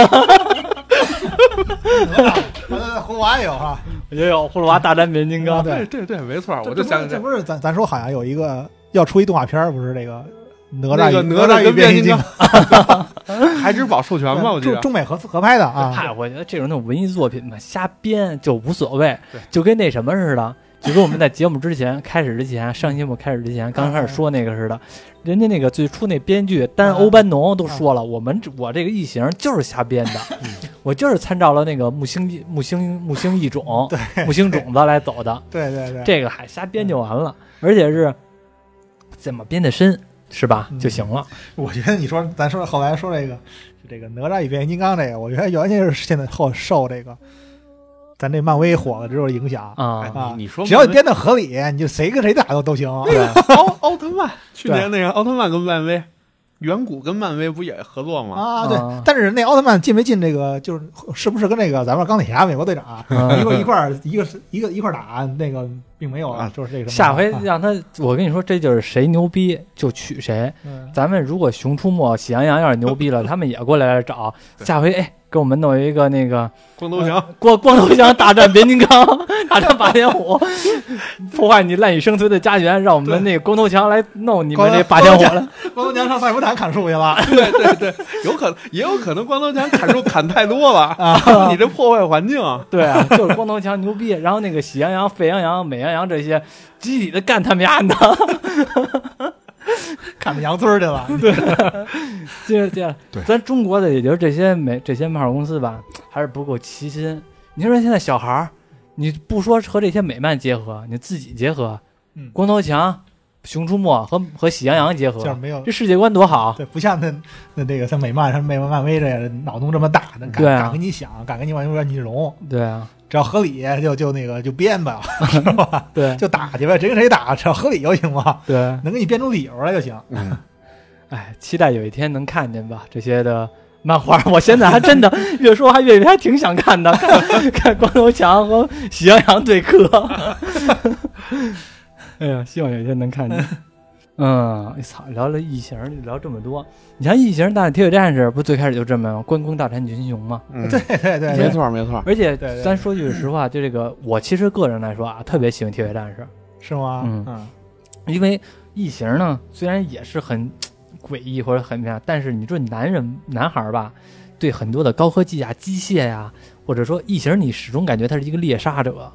S2: 胡娃也有哈，啊
S1: 也有葫芦娃大战变形金刚，
S2: 对
S3: 对对对，没错，
S2: 这
S3: 我就想起
S2: 这
S3: 来
S2: 不是咱咱说好像有一个要出一动画片儿，不是这个哪
S3: 那
S2: 吒
S3: 个
S2: 与
S3: 哪
S2: 吒
S3: 吒
S2: 与
S3: 跟变
S2: 形金
S3: 形金刚，孩之宝授权吧，我记
S2: 中
S3: 得。
S2: 中美合合拍的啊，
S1: 嗨，我觉得这种那种文艺作品嘛，瞎编就无所谓
S3: 对，
S1: 就跟那什么似的，就跟我们在节目之前开始之前，上节目开始之前，刚开始说那个似的，人家那个最初那编剧丹
S2: 啊
S1: 欧班农都说了，我们这我这个异形就是瞎编的，我就是参照了那个木星木星木星异种木星种子来走的，
S2: 对对对，
S1: 这个还瞎编就完了，而且是怎么编的深是吧
S2: 嗯
S1: 就行了，
S2: 我觉得你说咱说后来说这个，就这个哪吒与变形金刚这个，我觉得原先是现在后受这个咱这漫威火了之后影响
S3: 哎
S1: 啊。
S2: 啊
S3: 你你说
S2: 只要
S3: 漫
S2: 你编的合理，你就谁跟谁打都都行。
S1: 对，
S3: 威奥奥特曼，去年那个奥特曼跟漫威，远古跟漫威不也合作吗？
S2: 啊，对
S1: 啊，
S2: 但是那奥特曼进没进这个，就是是不是跟那个咱们钢铁侠、美国队长啊
S1: 嗯
S2: 一块一块儿一个一个一块儿打，那个并没有
S3: 啊
S2: 就是这个什么
S1: 下回
S2: 啊
S1: 让他，我跟你说，这就是谁牛逼就娶谁。
S2: 嗯
S1: 咱们如果《熊出没》《喜羊羊》要是牛 逼了，他们也过来找。下回哎，给我们弄一个那个
S3: 光头强，
S1: 光光头强大战变形金刚，大战霸天 虎，破坏你赖以生存的家园，让我们那个光头强来弄你们这霸天虎了。
S2: 光头强上赛博坦砍树去了，
S3: 对对对，有可能也有可能光头强砍树砍太多了啊， 你这破坏环境啊，
S1: 对啊，就是光头强牛逼，然后那个喜羊羊、沸羊羊、美羊羊这些集体的干他们家的。
S2: 砍着羊村儿去了。
S1: 接着接着，
S3: 对
S1: 咱中国的也就是这些美这些漫画公司吧，还是不够齐心。你说现在小孩儿，你不说和这些美漫结合，你自己结合，
S2: 嗯
S1: 光头强、熊出没和和喜羊羊结
S2: 就是
S1: 合，
S2: 没有
S1: 这世界观多好！
S2: 对，不像那那那个像美漫、像美漫、漫威这样的脑洞这么大，能敢
S1: 对啊
S2: 敢跟你想，敢跟你往里你融，
S1: 对啊，
S2: 只要合理就就那个就编吧，
S1: 对
S2: 就打去呗，谁跟谁打，只要合理就行嘛，
S1: 对，
S2: 能给你编出理由来就行。
S3: 嗯
S1: 哎，期待有一天能看见吧这些的漫画。 我现在还真的越说还越还挺想看的， 看看光头强和喜羊羊对磕。 哎呀，希望有一天能看 见。嗯，哎操，聊了异形聊这么多，你像异形大铁血战士不最开始就这么样关公大战群雄吗？
S3: 嗯
S2: 对，对对，
S3: 没错没错，
S1: 而且
S2: 对对
S1: 咱说句实话，就这个我其实个人来说啊，特别喜欢铁血战士，
S2: 是吗？
S1: 嗯
S2: 嗯，
S1: 因为异形呢，虽然也是很诡异或者很那样，但是你说男人男孩儿吧，对很多的高科技啊、机械呀、或者说异形，你始终感觉他是一个猎杀者，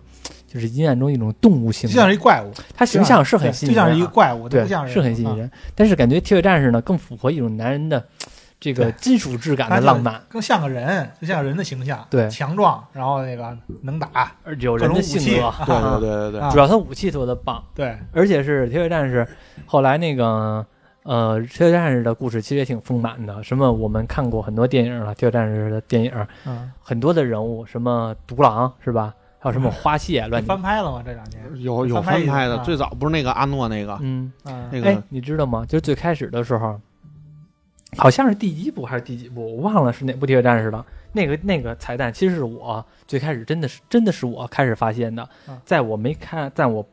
S1: 就是阴暗中一种动物性
S2: 就
S1: 的。
S2: 像是一怪物，
S1: 他形象是很吸引
S2: 就
S1: 人啊、
S2: 像是一个怪物，
S1: 对
S2: 不像，
S1: 是很吸引
S2: 啊
S1: 人。但是感觉铁血战士呢，更符合一种男人的这个
S2: 对
S1: 金属质感
S2: 它
S1: 的
S2: 就
S1: 浪漫，
S2: 更像个人，就像人的形象，
S1: 对
S2: 强壮，然后那个能打，
S1: 而有人的性格。
S3: 对对对对对
S2: 啊
S1: 主要他武器特别棒，
S2: 对，
S1: 而且是铁血战士，后来那个呃，铁血战士的故事其实也挺丰满的。什么我们看过很多电影了，铁血战士的电影
S2: 嗯，
S1: 很多的人物，什么独狼是吧？还有什么花蟹乱七
S2: 嗯翻拍了吗？这两年，
S3: 有有
S2: 翻拍
S3: 翻拍
S2: 一
S3: 的
S2: 个，啊
S3: 最早不是那个阿诺那个
S1: 嗯，
S2: 嗯，
S3: 那
S1: 哎
S3: 个，
S1: 你知道吗？就是最开始的时候，好像是第一部还是第几部，我忘了是哪部铁血战士了。那个那个彩蛋其实是我最开始真的是真的是我开始发现的
S2: 啊，
S1: 在我没看，在我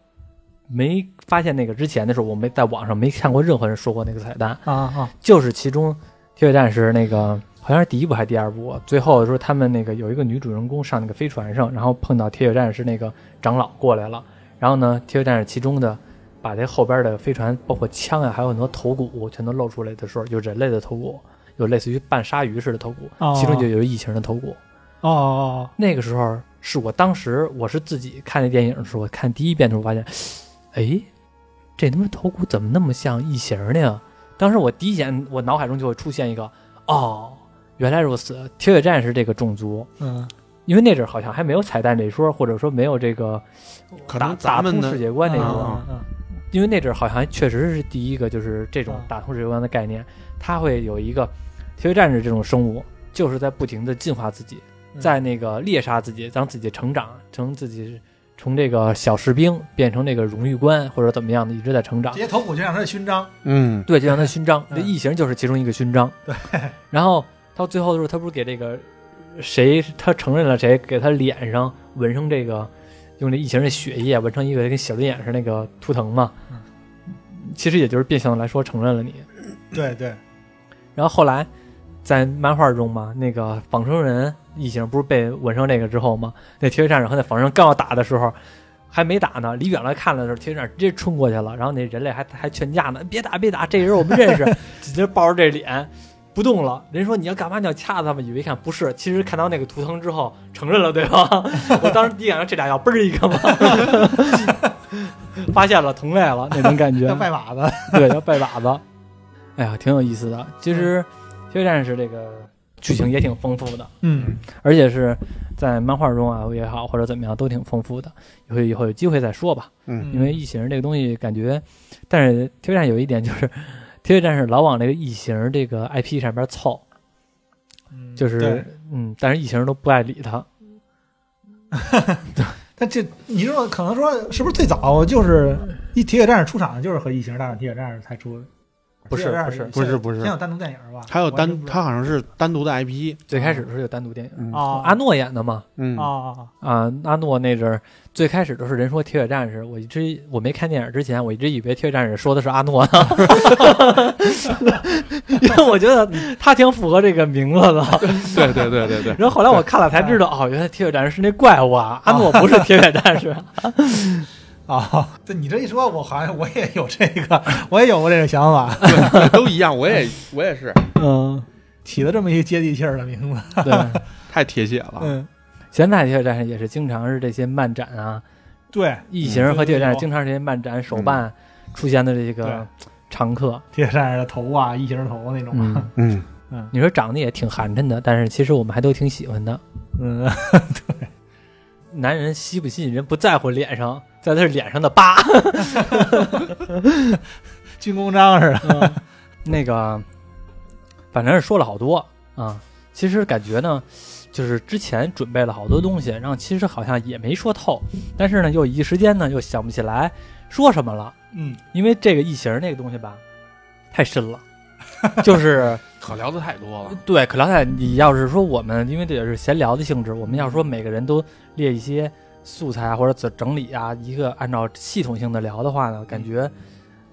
S1: 没发现那个之前的时候，我没在网上没看过任何人说过那个彩蛋。
S2: 啊啊，
S1: 就是其中《铁血战士》那个好像是第一部还是第二部，最后说他们那个有一个女主人公上那个飞船上，然后碰到铁血战士那个长老过来了，然后呢，铁血战士其中的把这后边的飞船包括枪啊呀、还有很多头骨全都露出来的时候，有人类的头骨，有类似于半鲨鱼似的头骨
S2: 哦，
S1: 其中就有异形的头骨。
S2: 哦哦哦，
S1: 那个时候是我当时我是自己看那电影的时候，我看第一遍的时候发现，哎，这他妈头骨怎么那么像异形儿呢？当时我第一眼我脑海中就会出现一个，哦，原来如此，铁血战士这个种族，
S2: 嗯，
S1: 因为那阵儿好像还没有彩蛋这一说，或者说没有这个
S3: 可
S1: 打
S3: 能咱们
S1: 打
S3: 的
S1: 通世界观这一说，
S3: 嗯
S2: 嗯
S1: 因为那阵儿好像还确实是第一个，就是这种
S2: 嗯
S1: 打通世界观的概念，它会有一个铁血战士这种生物，就是在不停的进化自己，
S2: 嗯
S1: 在那个猎杀自己，让自己成长，成自己从这个小士兵变成这个荣誉官或者怎么样的，一直在成长
S2: 这。些头骨就像他的勋章，
S3: 嗯，
S1: 对，就像他勋章，那
S2: 嗯
S1: 异形就是其中一个勋章。对， 然后到最后的时候，他不是给这个谁，他承认了谁，给他脸上纹上这个，用这异形的血液啊纹上一个跟小针眼似的那个图腾嘛
S2: 嗯。
S1: 其实也就是变相的来说承认了你。嗯
S2: 对对，
S1: 然后后来在漫画中嘛，那个仿生人异形不是被纹上这个之后嘛，那铁血战士和那仿生人刚要打的时候。还没打呢，离远了看了的时候，铁血战士直接冲过去了。然后那人类还还劝架呢，别打别打，这人我们认识，直接抱着这脸不动了。人说你要干嘛？你要掐他们？以为看不是，其实看到那个图腾之后承认了，对吧？我当时第一感觉这俩要嘣儿一个嘛， 发现了同类了那种 感觉，
S2: 像拜把子，
S1: 对，要拜把子。哎呀，挺有意思的。其实《铁血战士》这个剧情也挺丰富的，
S2: 嗯
S1: 而且是在漫画中啊也好，或者怎么样都挺丰富的。以后以后有机会再说吧，
S3: 嗯
S1: 因为异形这个东西感觉，但是《铁血战士》有一点就是，《铁血战士》老往这个异形这个 IP 上边凑，
S2: 嗯
S1: 就
S2: 对
S1: 是嗯，但是异形都不爱理他。
S2: 但这你说可能说是不是最早就是一铁血战士出场的就是和异形大战铁血战士才出的？
S1: 不是
S2: 铁血战士
S1: 不是
S3: 不是
S2: 先
S3: 不是
S2: 先有单独电影吧？
S3: 还有
S2: 我真
S3: 单，
S2: 不知道
S3: 他好像是单独的 IP，
S1: 最开始的时候有单独电影，
S3: 嗯
S2: 啊
S1: 阿诺演的嘛，
S3: 嗯
S2: 啊啊
S1: 啊，阿诺那阵儿最开始都是人说铁血战士，我一直我没看电影之前，我一直以为铁血战士说的是阿诺呢， 因为我觉得他挺符合这个名字的。
S3: 对对对对对，
S1: 然后后来我看了才知道，哦，原来铁血战士是那怪物啊，阿诺不是铁血战士。
S2: 啊！啊对你这一说，我好像我也有这个，我也有过这个想法，
S3: 对都一样，我也我也是
S1: 嗯，
S2: 起了这么一个接地气儿的名字。
S1: 对。
S3: 太贴切
S1: 啊
S3: 了，
S2: 嗯，
S1: 现在铁血战士也是经常是这些漫展啊，
S2: 对，
S1: 异形和铁血战士
S2: 有
S1: 经常是这些漫展手办出现的这个常客。
S2: 铁血战士的头啊，异形的头那种。
S1: 嗯，
S3: 嗯，
S1: 你说长得也挺寒碜的，但是其实我们还都挺喜欢的。
S2: 嗯，
S1: 男人吸不吸引人不在乎脸上， 在他脸上的疤。
S2: 军功章似的。
S1: 那个，反正是说了好多啊。其实感觉呢，就是之前准备了好多东西，然后其实好像也没说透，但是呢，又一时间呢又想不起来说什么了，
S2: 嗯，
S1: 因为这个异形那个东西吧，太深了。 就是
S3: 可聊的太多了，
S1: 对，可聊太你要是说我们，因为这也是闲聊的性质，我们要说每个人都列一些素材啊或者整整理啊，一个按照系统性的聊的话呢，感觉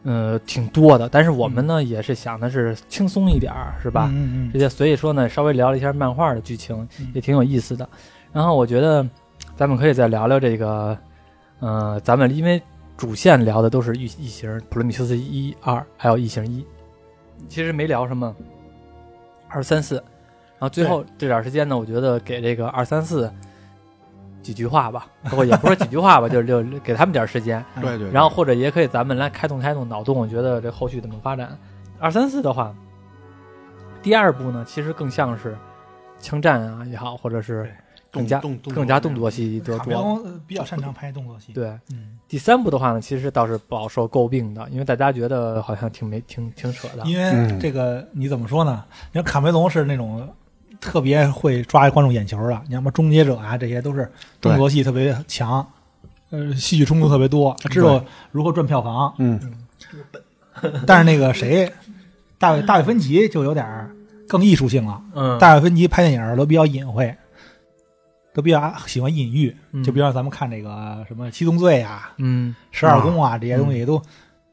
S3: 嗯
S1: 呃挺多的。但是我们呢、也是想的是轻松一点儿，是
S2: 是
S1: 吧？
S2: 嗯
S1: 这些所以说呢，稍微聊了一下漫画的剧情，
S2: 嗯
S1: 也挺有意思的。然后我觉得咱们可以再聊聊这个，呃，咱们因为主线聊的都是异异形、普罗米修斯一二，还有异形一，其实没聊什么二三四。然后最后这点时间呢，我觉得给这个二三四几句话吧，不过也不是几句话 吧，就是就给他们点时间。
S2: 嗯
S3: 对对，
S1: 然后或者也可以咱们来开动开动脑洞，我觉得这后续怎么发展。二三四的话，第二部呢，其实更像是枪战啊也好，或者是更
S3: 动
S1: 加
S3: 动
S1: 更加动作戏
S2: 嗯，
S1: 多
S2: 卡梅
S1: 多。
S2: 隆呃比较擅长拍动作戏。，
S1: 对，
S2: 嗯，
S1: 第三部的话呢，其实倒是饱受诟病的，因为大家觉得好像挺没挺挺扯的。
S2: 因为
S3: 嗯
S2: 这个你怎么说呢？你看卡梅隆是那种特别会抓观众眼球的，你像什么《终结者》啊，这些都是
S3: 对
S2: 动作戏特别强，呃，戏剧冲突特别多，知道如何赚票房。
S3: 嗯，
S2: 但是那个谁，大卫大卫芬奇就有点儿更艺术性了。
S1: 嗯，
S2: 大卫芬奇拍电影儿都比较隐晦，都比较喜欢隐喻，
S1: 嗯
S2: 就比如咱们看这个什么《七宗罪》啊、
S1: 嗯，
S2: 《十二宫》啊这些东西都，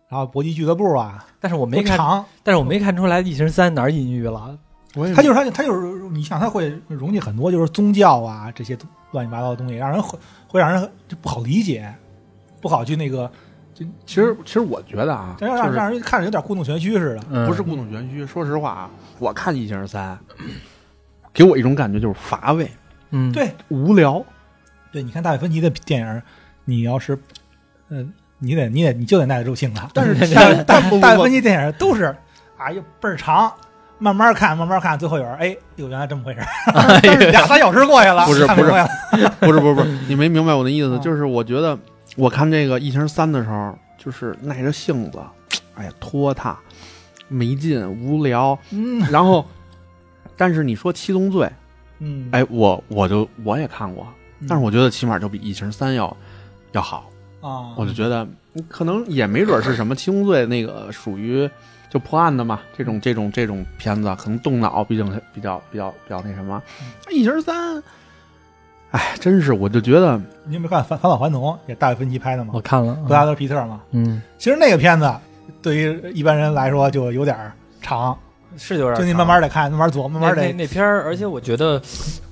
S2: 然后《搏击俱乐部》啊，
S1: 但是我
S2: 都
S1: 没看，
S2: 长。
S1: 但是我没看出来《异形三》哪儿隐喻了。
S3: 我
S1: 嗯
S3: 也
S2: 他就是他，他就是你想他会容纳很多就是宗教啊这些乱七八糟的东西，让人会会让人就不好理解，不好去那个，
S3: 其实其实我觉得啊，
S2: 让让
S3: 就是
S2: 让人看着有点故弄玄虚似的。
S1: 嗯，
S3: 不是故弄玄虚，说实话啊，我看《异形三》，给我一种感觉就是乏味
S1: 嗯，
S2: 对，
S3: 无聊，
S2: 对，你看大卫芬奇的电影，你要是，呃，你得你得你就得耐得住性子。
S3: 但是
S2: 但
S3: 但
S2: 但
S3: 不
S2: 大卫
S3: 不
S2: 芬奇电影都是，哎呀倍儿长，慢慢看慢慢看，最后有人哎哟原来这么 回事儿，但是俩仨小时过去了，
S3: 不是
S2: 看明
S3: 不是
S2: 白了
S3: 不是不是不是，你没明白我的意思，
S2: 嗯
S3: 就是我觉得我看这个《异形三》的时候，就是耐着性子，哎呀拖沓，没劲，无聊。
S2: 嗯
S3: 然 后，但是你说《七宗罪》，
S2: 嗯，
S3: 哎，我我就我也看过，
S2: 嗯，
S3: 但是我觉得起码就比《异形三》要要好。
S2: 啊，
S3: 我就觉得可能也没准是什么《七宗罪》那个属于就破案的嘛，这
S2: 嗯
S3: 种这种这种片子可能动脑，毕竟比较比较比较那什么，
S2: 嗯
S3: 《异形三》。哎，真是，我就觉得
S2: 你有没有看《返返老还童》也大卫芬奇拍的
S1: 我
S2: 吗？
S1: 看了，
S2: 布拉德皮特嘛，
S1: 嗯，
S2: 其实那个片子对于一般人来说就有点儿长，
S1: 是有点
S2: 就你
S1: 长
S2: 慢慢得看，慢慢琢磨，慢慢嗯
S1: 那那
S2: 得
S1: 那片儿，而且我觉得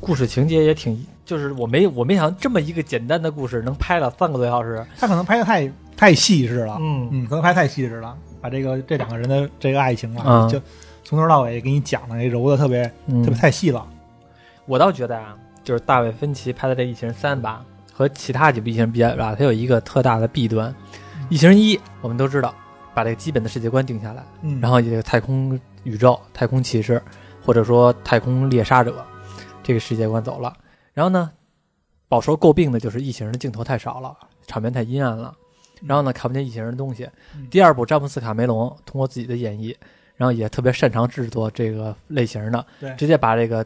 S1: 故事情节也挺，就是我没我没想这么一个简单的故事能拍了三个多小时，
S2: 他可能拍的太太细致了，
S1: 嗯
S2: 嗯，可能拍太细致了，把这个这两个人的这个爱情啊，
S1: 嗯
S2: 就从头到尾给你讲的揉的特别、
S1: 嗯
S2: 特别太细了。
S1: 我倒觉得啊，就是大卫芬奇拍的这《异形三》吧，和其他几部《异形》比较吧，它有一个特大的弊端，《异形一》我们都知道，把这个基本的世界观定下来，
S2: 嗯，
S1: 然后这个太空宇宙、太空骑士，或者说太空猎杀者，这个世界观走了。然后呢，饱受诟病的就是异形的镜头太少了，场面太阴暗了。然后呢，看不见异形的东西
S2: 嗯。
S1: 第二部，詹姆斯卡梅隆通过自己的演绎，然后也特别擅长制作这个类型的
S2: 对，
S1: 直接把这个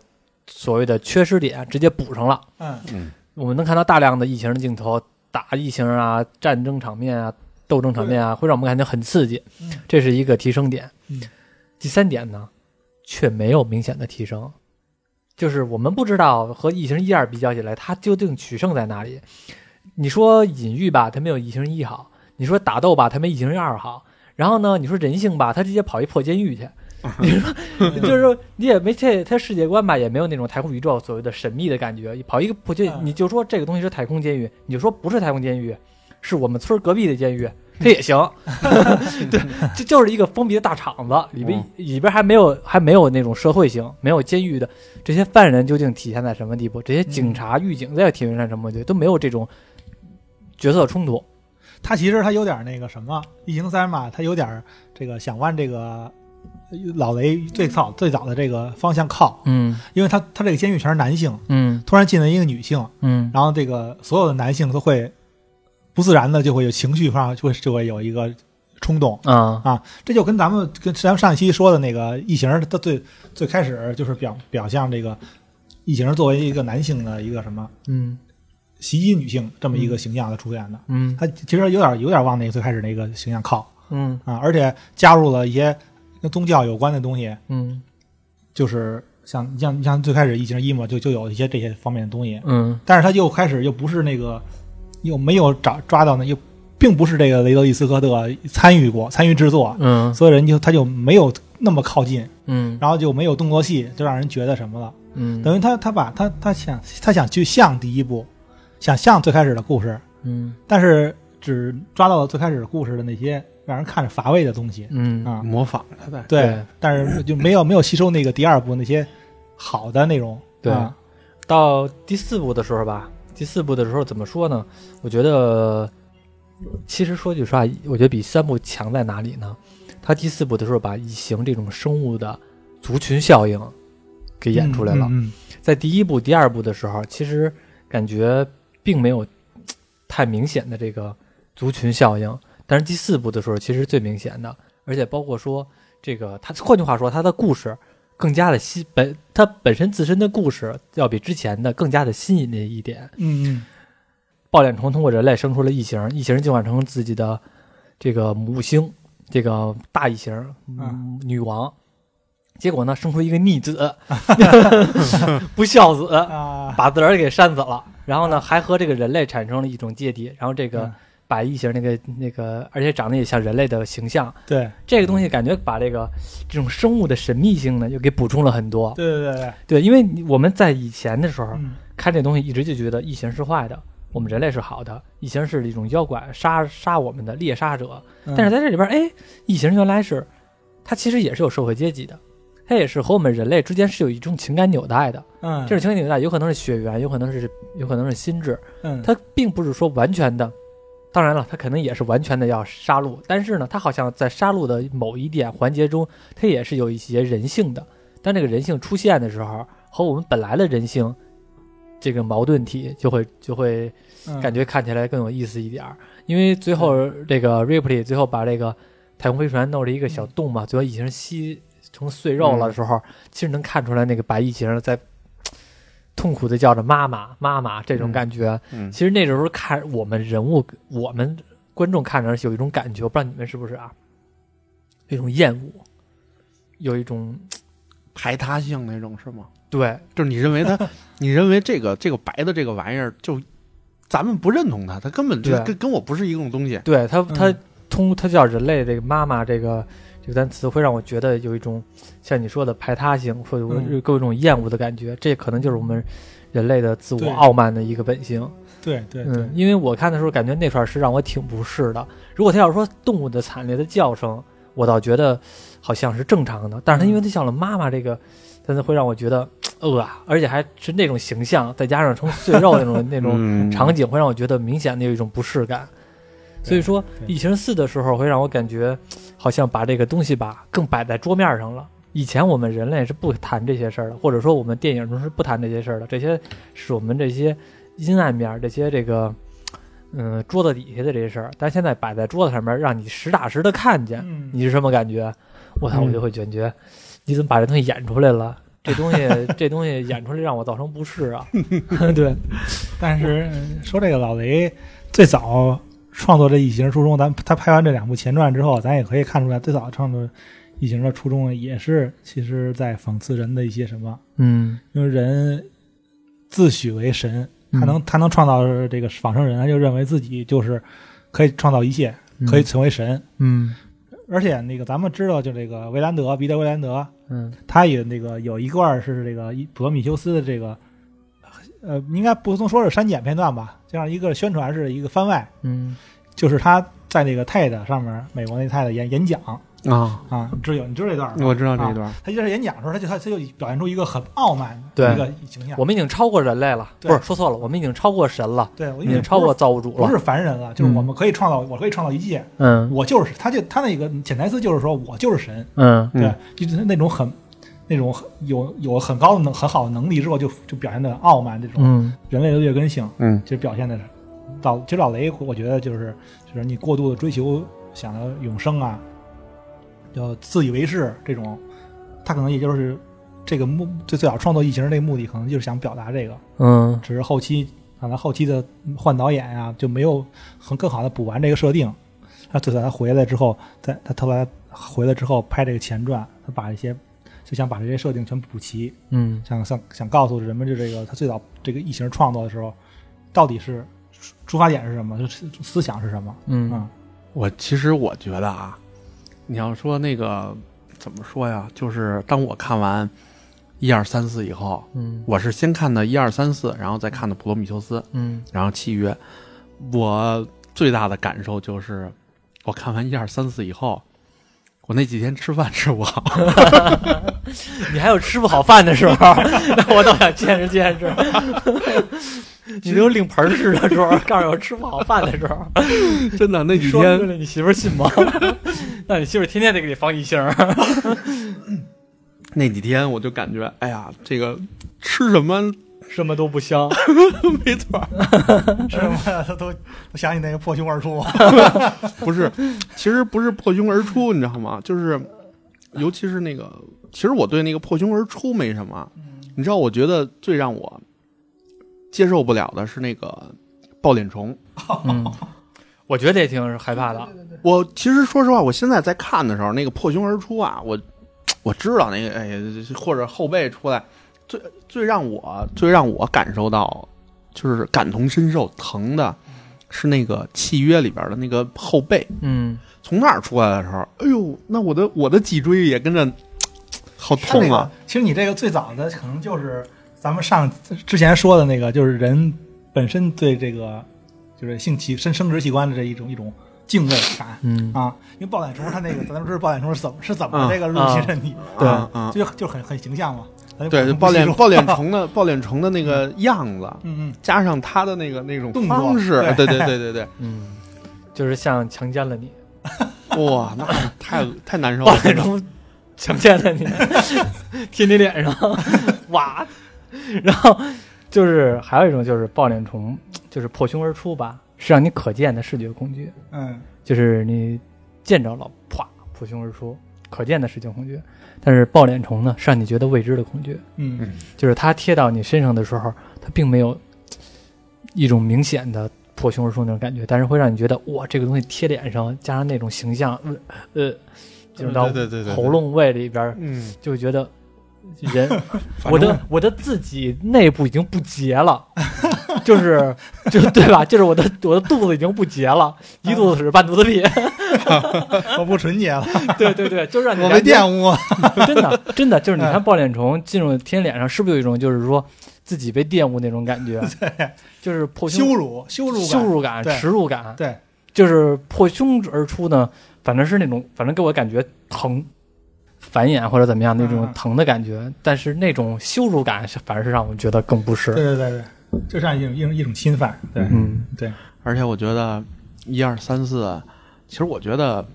S1: 所谓的缺失点直接补上了。
S2: 嗯，
S1: 我们能看到大量的异形的镜头，打异形啊，战争场面啊，斗争场面啊，会让我们感觉很刺激
S2: 嗯，
S1: 这是一个提升点
S2: 嗯。
S1: 第三点呢，却没有明显的提升，就是我们不知道和异形一二比较起来，它究竟取胜在哪里。你说隐喻吧，它没有异形一好；你说打斗吧，它没异形二好。然后呢，你说人性吧，它直接跑一破监狱去。
S2: 嗯
S1: 就是说你也没这它世界观吧，也没有那种太空宇宙所谓的神秘的感觉。跑一个不就
S2: 嗯
S1: 你就说这个东西是太空监狱，你就说不是太空监狱，是我们村儿隔壁的监狱，它也 行。对，这就是一个封闭的大厂子，里边里边还没有还没有那种社会性，没有监狱的这些犯人究竟体现在什么地步？这些警察、狱警在体现在什么地步？都没有这种角色冲突。
S2: 他其实他有点那个什么，《异形三》嘛，他有点这个想往这个老雷最早最早的这个方向靠，
S1: 嗯
S2: 因为他他这个监狱全是男性，
S1: 嗯
S2: 突然进了一个女性，
S1: 嗯
S2: 然后这个所有的男性都会不自然的就会有情绪上就会就会有一个冲动，
S1: 啊
S2: 这就跟咱们跟咱们上一期说的那个异形，它最最开始就是表表象这个异形作为一个男性的一个什么
S1: 嗯
S2: 袭击女性这么一个形象的出现的，
S1: 嗯
S2: 它其实有点有点往那个最开始那个形象靠
S1: 嗯
S2: 啊，而且加入了一些跟宗教有关的东西，
S1: 嗯
S2: 就是像像像最开始异形一嘛，就就有一些这些方面的东西，
S1: 嗯
S2: 但是它又开始又不是那个又没有找抓到那又并不是这个雷德利·斯科特参与过参与制作，
S1: 嗯
S2: 所以人就他就没有那么靠近。
S1: 嗯
S2: 然后就没有动作戏，就让人觉得什么了。
S1: 嗯
S2: 等于他他把他他想他想去像第一部，想像最开始的故事，
S1: 嗯
S2: 但是只抓到了最开始的故事的那些让人看着乏味的东西
S1: 嗯
S2: 啊。
S3: 模仿他在
S2: 对，
S1: 对
S2: 但是就没有没有吸收那个第二部那些好的内容。
S1: 对
S2: 啊
S1: 到第四部的时候吧，第四部的时候怎么说呢？我觉得，呃其实说句实话，我觉得比三部强在哪里呢？他第四部的时候把异形这种生物的族群效应给演出来了。
S2: 嗯，嗯
S1: 在第一部、第二部的时候，其实感觉并没有嘖太明显的这个族群效应，但是第四部的时候，其实最明显的，而且包括说这个，它换句话说，它的故事更加的吸本，它本身自身的故事要比之前的更加的新颖的一点。
S2: 嗯嗯
S1: 爆脸虫通过人类生出了异形，异形进化成自己的这个母星，这个大异形、嗯女王。结果呢，生出一个逆子， 不孝子，
S2: 嗯啊，
S1: 把自个儿给扇死了，然后呢，还和这个人类产生了一种芥蒂，然后这个
S2: 嗯
S1: 把异形那个那个，而且长得也像人类的形象，
S2: 对
S1: 这个东
S2: 嗯
S1: 西感觉把这个这种生物的神秘性呢，又给补充了很多。
S2: 对对对对，
S1: 对，因为你我们在以前的时候
S2: 嗯
S1: 看这东西，一直就觉得异形是坏的，我们人类是好的，异形是一种妖怪，杀杀我们的猎
S2: 嗯
S1: 杀者。但是在这里边，哎，异形原来是它其实也是有社会阶级的，它它也是和我们人类之间是有一种情感纽带的。
S2: 嗯，
S1: 这种情感纽带有可能是血缘，有可能是有可能是心智，
S2: 嗯，
S1: 它并不是说完全的。当然了，它肯定也是完全的要杀戮，但是呢，它好像在杀戮的某一点环节中，它也是有一些人性的。当这个人性出现的时候，和我们本来的人性这个矛盾体就会就会感
S3: 嗯
S2: 觉
S1: 觉看起来更有意思一点儿。因为最后这个 Ripley 最后把这个太空飞船弄了一个
S3: 嗯
S1: 小洞嘛，最后异形吸成碎肉了的时候，其实能看出来那个白异形在嘖痛苦的叫着妈妈妈妈这种感觉。
S3: 嗯，
S1: 其实那时候看我们人物，我们观众看着是有一种感觉，我不知道你们是不是啊？有一种厌恶，有一种
S3: 排他性那种是吗？
S1: 对
S3: 就是你认为 他，你认为这个这个白的这个玩意儿，就咱们不认同他，他根本就
S1: 对
S3: 跟跟我不是一种东西。
S1: 对他他
S2: 嗯
S1: 通他叫人类这个妈妈这个这个单词，会让我觉得有一种像你说的排他性，或者我
S2: 嗯
S1: 有一种厌恶的感觉。这可能就是我们人类的自我
S2: 对
S1: 傲慢的一个本性。
S2: 对对对
S1: 嗯，，因为我看的时候感觉那块儿是让我挺不适的。如果他要说动物的惨烈的叫声，我倒觉得好像是正常的，但是他因为他叫了妈妈这个，但是会让我觉得呃啊，而且还是那种形象，再加上成碎肉那种那种
S3: 嗯
S1: 场景会让我觉得明显的有一种不适感。
S2: 对
S1: 所以说，《
S2: 对
S1: 异形四》的时候会让我感觉，好像把这个东西吧更摆在桌面上了。以前我们人类是不谈这些事儿的，或者说我们电影中是不谈这些事儿的，这些是我们这些阴暗面儿，这些这个，嗯、桌子底下的这些事儿。但现在摆在桌子上面，让你实打实的看见，
S2: 嗯
S1: 你是什么感觉？我操，
S2: 嗯
S1: 我就会感觉，你怎么把这东西演出来了？这东西，这东西演出来让我造成不适啊！对，
S2: 但是嗯说这个老雷最早创作这《异形》初衷，咱他拍完这两部前传之后，咱也可以看出来，最早创作《异形》的初衷也是其实在讽刺人的一些什么，
S1: 嗯，
S2: 因为人自诩为神，
S1: 嗯
S2: 他能他能创造这个仿生人，他就认为自己就是可以创造一切，可以成为神。
S1: 嗯，
S2: 而且那个咱们知道，就这个维兰德，彼得·维兰德，
S1: 嗯
S2: 他也那个有一段是这个普罗米修斯的这个，呃，应该不能说是删减片段吧，这样一个宣传是一个番外，
S1: 嗯
S2: 就是他在那个 TED 上面，美国那 TED 演演讲
S3: 啊，
S2: 啊，你知道有你知道这段吗？
S3: 我知道这一段。
S2: 他就是演讲的时候，他就他他就表现出一个很傲慢
S1: 对
S2: 的一个形象。
S1: 我们已经超过人类了，
S2: 对
S1: 不是说错了，我们已经超过神了，
S2: 对我
S1: 已
S2: 因为
S1: 经超过造物主
S2: 不
S1: 了。
S2: 是凡人了，就是
S1: 嗯
S2: 我们可以创造，我可以创造一切，
S1: 嗯
S2: 我就是他就他那个潜台词就是说我就是神，
S1: 嗯
S3: 嗯
S2: 对，就是那种很那种很有有很高的能很好的能力之后就就表现的傲慢这种
S1: 嗯
S2: 人类的劣根性。
S3: 嗯
S2: 其实表现的是老，其实老雷，我觉得就是就是你过度的追求想要永生啊，要自以为是这种，他可能也就是这个目最最早创作《异形》这个目的，可能就是想表达这个，
S1: 嗯
S2: 只是后期可能后期的换导演啊，就没有很更好的补完这个设定。他最早他回来之后，在他后来回来之后拍这个前传，他把一些就想把这些设定全补齐，
S1: 嗯
S2: 想想想告诉人们，就这个他最早这个异形创作的时候，到底是出出发点是什么，就是思想是什么？
S1: 嗯
S2: 嗯
S3: 我其实我觉得啊，你要说那个怎么说呀？就是当我看完一二三四以后，
S1: 嗯
S3: 我是先看的一二三四，然后再看的《普罗米修斯》，
S1: 嗯
S3: 然后《契约》。我最大的感受就是，我看完一二三四以后，我那几天吃饭吃 不好。
S1: 你还有吃不好饭的时候， 那我倒想见识见识。你都领盆儿吃的时候， 告诉我吃不好饭的时候，
S3: 真的那几
S1: 说对
S3: 天，
S1: 了，你媳妇儿信吗？那你媳妇儿天天得给你放异性。
S3: 那几天我就感觉，哎呀，这个吃什么
S1: 什么都不香，
S3: 没 错儿，
S2: 是什么？ 他都都想起那个破胸而出。
S3: 不是，其实不是破胸而出，你知道吗？就是，尤其是那个，其实我对那个破胸而出没什么，
S1: 嗯
S3: 你知道，我觉得最让我接受不了的是那个抱脸虫。
S1: 嗯，我觉得也挺害怕的，
S3: 我其实说实话，我现在在看的时候，那个破胸而出啊，我我知道那个，哎呀，或者后背出来，最最让我最让我感受到就是感同身受疼的，是那个契约里边的那个后背。
S1: 嗯，
S3: 从那儿出来的时候，哎呦，那我的我的脊椎也跟着好
S2: 他 那
S3: 痛
S2: 个
S3: 啊！，
S2: 其实你这个最早的可能就是咱们上之前说的那个，就是人本身对这个就是性器生生殖器官的这一种一种敬畏感
S1: 嗯
S2: 啊。因为爆奶虫它那个，咱们知道爆奶虫是怎么是怎么
S3: 嗯
S2: 这个入侵身体，
S3: 对
S2: 啊
S3: 嗯
S2: 就就很很形象嘛。咱就
S3: 对，就
S2: 不
S3: 抱
S2: 细
S3: 脸
S2: 说
S3: 抱脸，虫的抱脸虫的那个样子，
S2: 嗯嗯，
S3: 加上他的那个那种
S2: 动作
S3: 方式，
S2: 对
S3: 对对对对对，
S1: 嗯，就是像强奸了你，
S3: 哇，那太太难受
S1: 暴
S3: 了，
S1: 力中强奸了 你，贴你脸上，哇！然后就是还有一种就是抱脸虫，就是破胸而出吧，是让你可见的视觉恐惧，
S2: 嗯
S1: 就是你见着了，啪，破胸而出，可见的视觉恐惧。但是抱脸虫呢，是让你觉得未知的恐惧，
S2: 嗯
S1: 就是它贴到你身上的时候，它并没有一种明显的破胸而出那种感觉，但是会让你觉得哇，这个东西贴脸上，加上那种形象，呃，呃进入到
S3: 对对对对对
S1: 喉咙胃里边儿，
S3: 嗯，
S1: 就觉得人
S3: 反正
S1: 我的我的自己内部已经不洁了，就是就对吧？就是我的我的肚子已经不洁了，一肚子屎半肚子屁。
S2: 嗯，我不纯洁了，
S1: 对对对，就是让你
S2: 我
S1: 感
S2: 没
S1: 觉
S2: 玷污。
S1: 真的，真的就是你
S2: 哎
S1: 看抱脸虫进入天脸上，是不是有一种就是说自己被玷污那种感觉？就是破胸
S2: 羞辱、羞辱、
S1: 羞，辱感、
S2: 对
S1: 耻辱感，
S2: 对，
S1: 就是破胸而出呢，反正是那种，反正给我感觉疼、繁衍或者怎么样那
S2: 嗯
S1: 种
S2: 嗯
S1: 疼的感觉，但是那种羞辱感是反而是让我觉得更不
S2: 对
S1: 适。
S2: 对对对，这是一种一种一种侵犯，对
S1: 嗯，
S2: 对，
S3: 而且我觉得一二三四，其实我觉得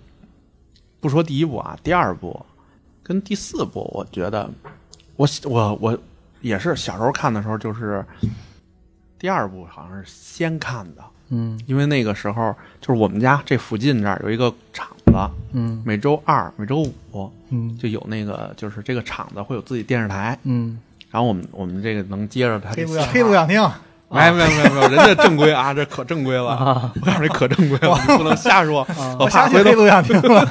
S3: 不说第一部啊，第二部跟第四部，我觉得我我我也是小时候看的时候，就是第二部好像是先看的，
S1: 嗯
S3: 因为那个时候就是我们家这附近这儿有一个厂子，
S1: 嗯
S3: 每周二、每周五
S1: 嗯
S3: 就有那个，就是这个厂子会有自己电视台，
S1: 嗯
S3: 然后我们我们这个能接着他
S2: 黑
S3: 这
S2: 不
S3: 信
S2: 要
S3: 号
S2: 黑不要听，
S3: 没没没没，人家正规啊，这可正规了。
S1: 啊
S3: 我告诉你，可正规了，你不能瞎说。我
S2: 我
S3: 怕
S2: 想起
S3: 回头
S2: 黑不要听 了。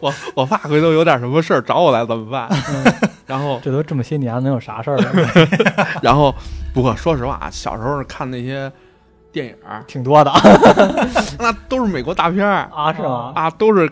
S3: 我我怕回头有点什么事儿找我来怎么办？
S1: 嗯
S3: 然后
S1: 这都这么些年了，能有啥事儿啊了？
S3: 然后，不过说实话啊，小时候看那些电影儿，
S1: 挺多的
S3: 那都是美国大片儿
S1: 啊，是吗？
S3: 啊，都是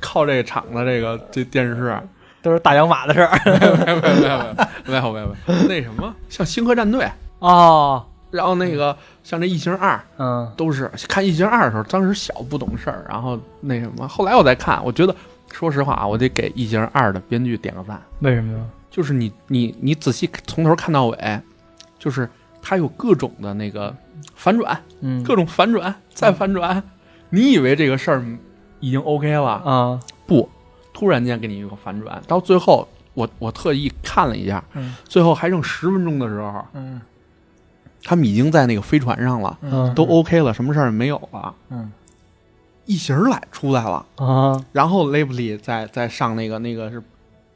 S3: 靠这厂子这个这电 视。
S1: 都是大洋马的事儿
S3: 没有没有没有没有没有没有那什么，像《星河战队》，
S1: 哦，
S3: 然后那个像这《异形二》，
S1: 嗯
S3: 都是看《异形二》的时候，当时小不懂事儿，然后那什么，后来我再看，我觉得说实话啊，我得给《异形二》的编剧点个赞，
S1: 为什么呀？
S3: 就是你你你仔细从头看到尾，就是它有各种的那个反转，
S1: 嗯，
S3: 各种反转再反转，你以为这个事儿已经 OK 了，
S1: 啊，
S3: 不，突然间给你一个反转，到最后我我特意看了一下，
S2: 嗯
S3: 最后还剩十分钟的时候，
S2: 嗯
S3: 他们已经在那个飞船上了，
S1: 嗯
S3: 都 OK 了，什么事儿也没有了。
S2: 嗯
S3: 异形儿来出来了，
S1: 啊，
S3: 然后 l a b l y 再再上那个那个是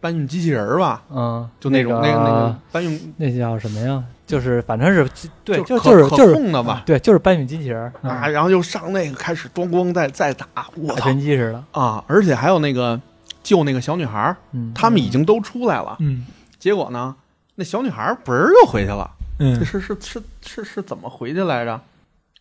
S3: 搬运机器人儿吧，
S1: 嗯，
S3: 就那种那
S1: 那
S3: 个那个搬运
S1: 那叫什么呀？就是反正是对，就
S3: 可
S1: 是
S3: 可
S1: 就是
S3: 控的吧
S1: 对，就是搬运机器人儿，
S3: 啊，然后就上那个开始咣咣再再打，我
S1: 打
S3: 操
S1: 拳击似的。
S3: 啊！而且还有那个救那个小女孩儿，
S1: 嗯，
S3: 他们已经都出来了，
S2: 嗯
S3: 结果呢，那小女孩儿嘣儿就回去了，这
S2: 嗯，
S3: 是是是是是怎么回去来着？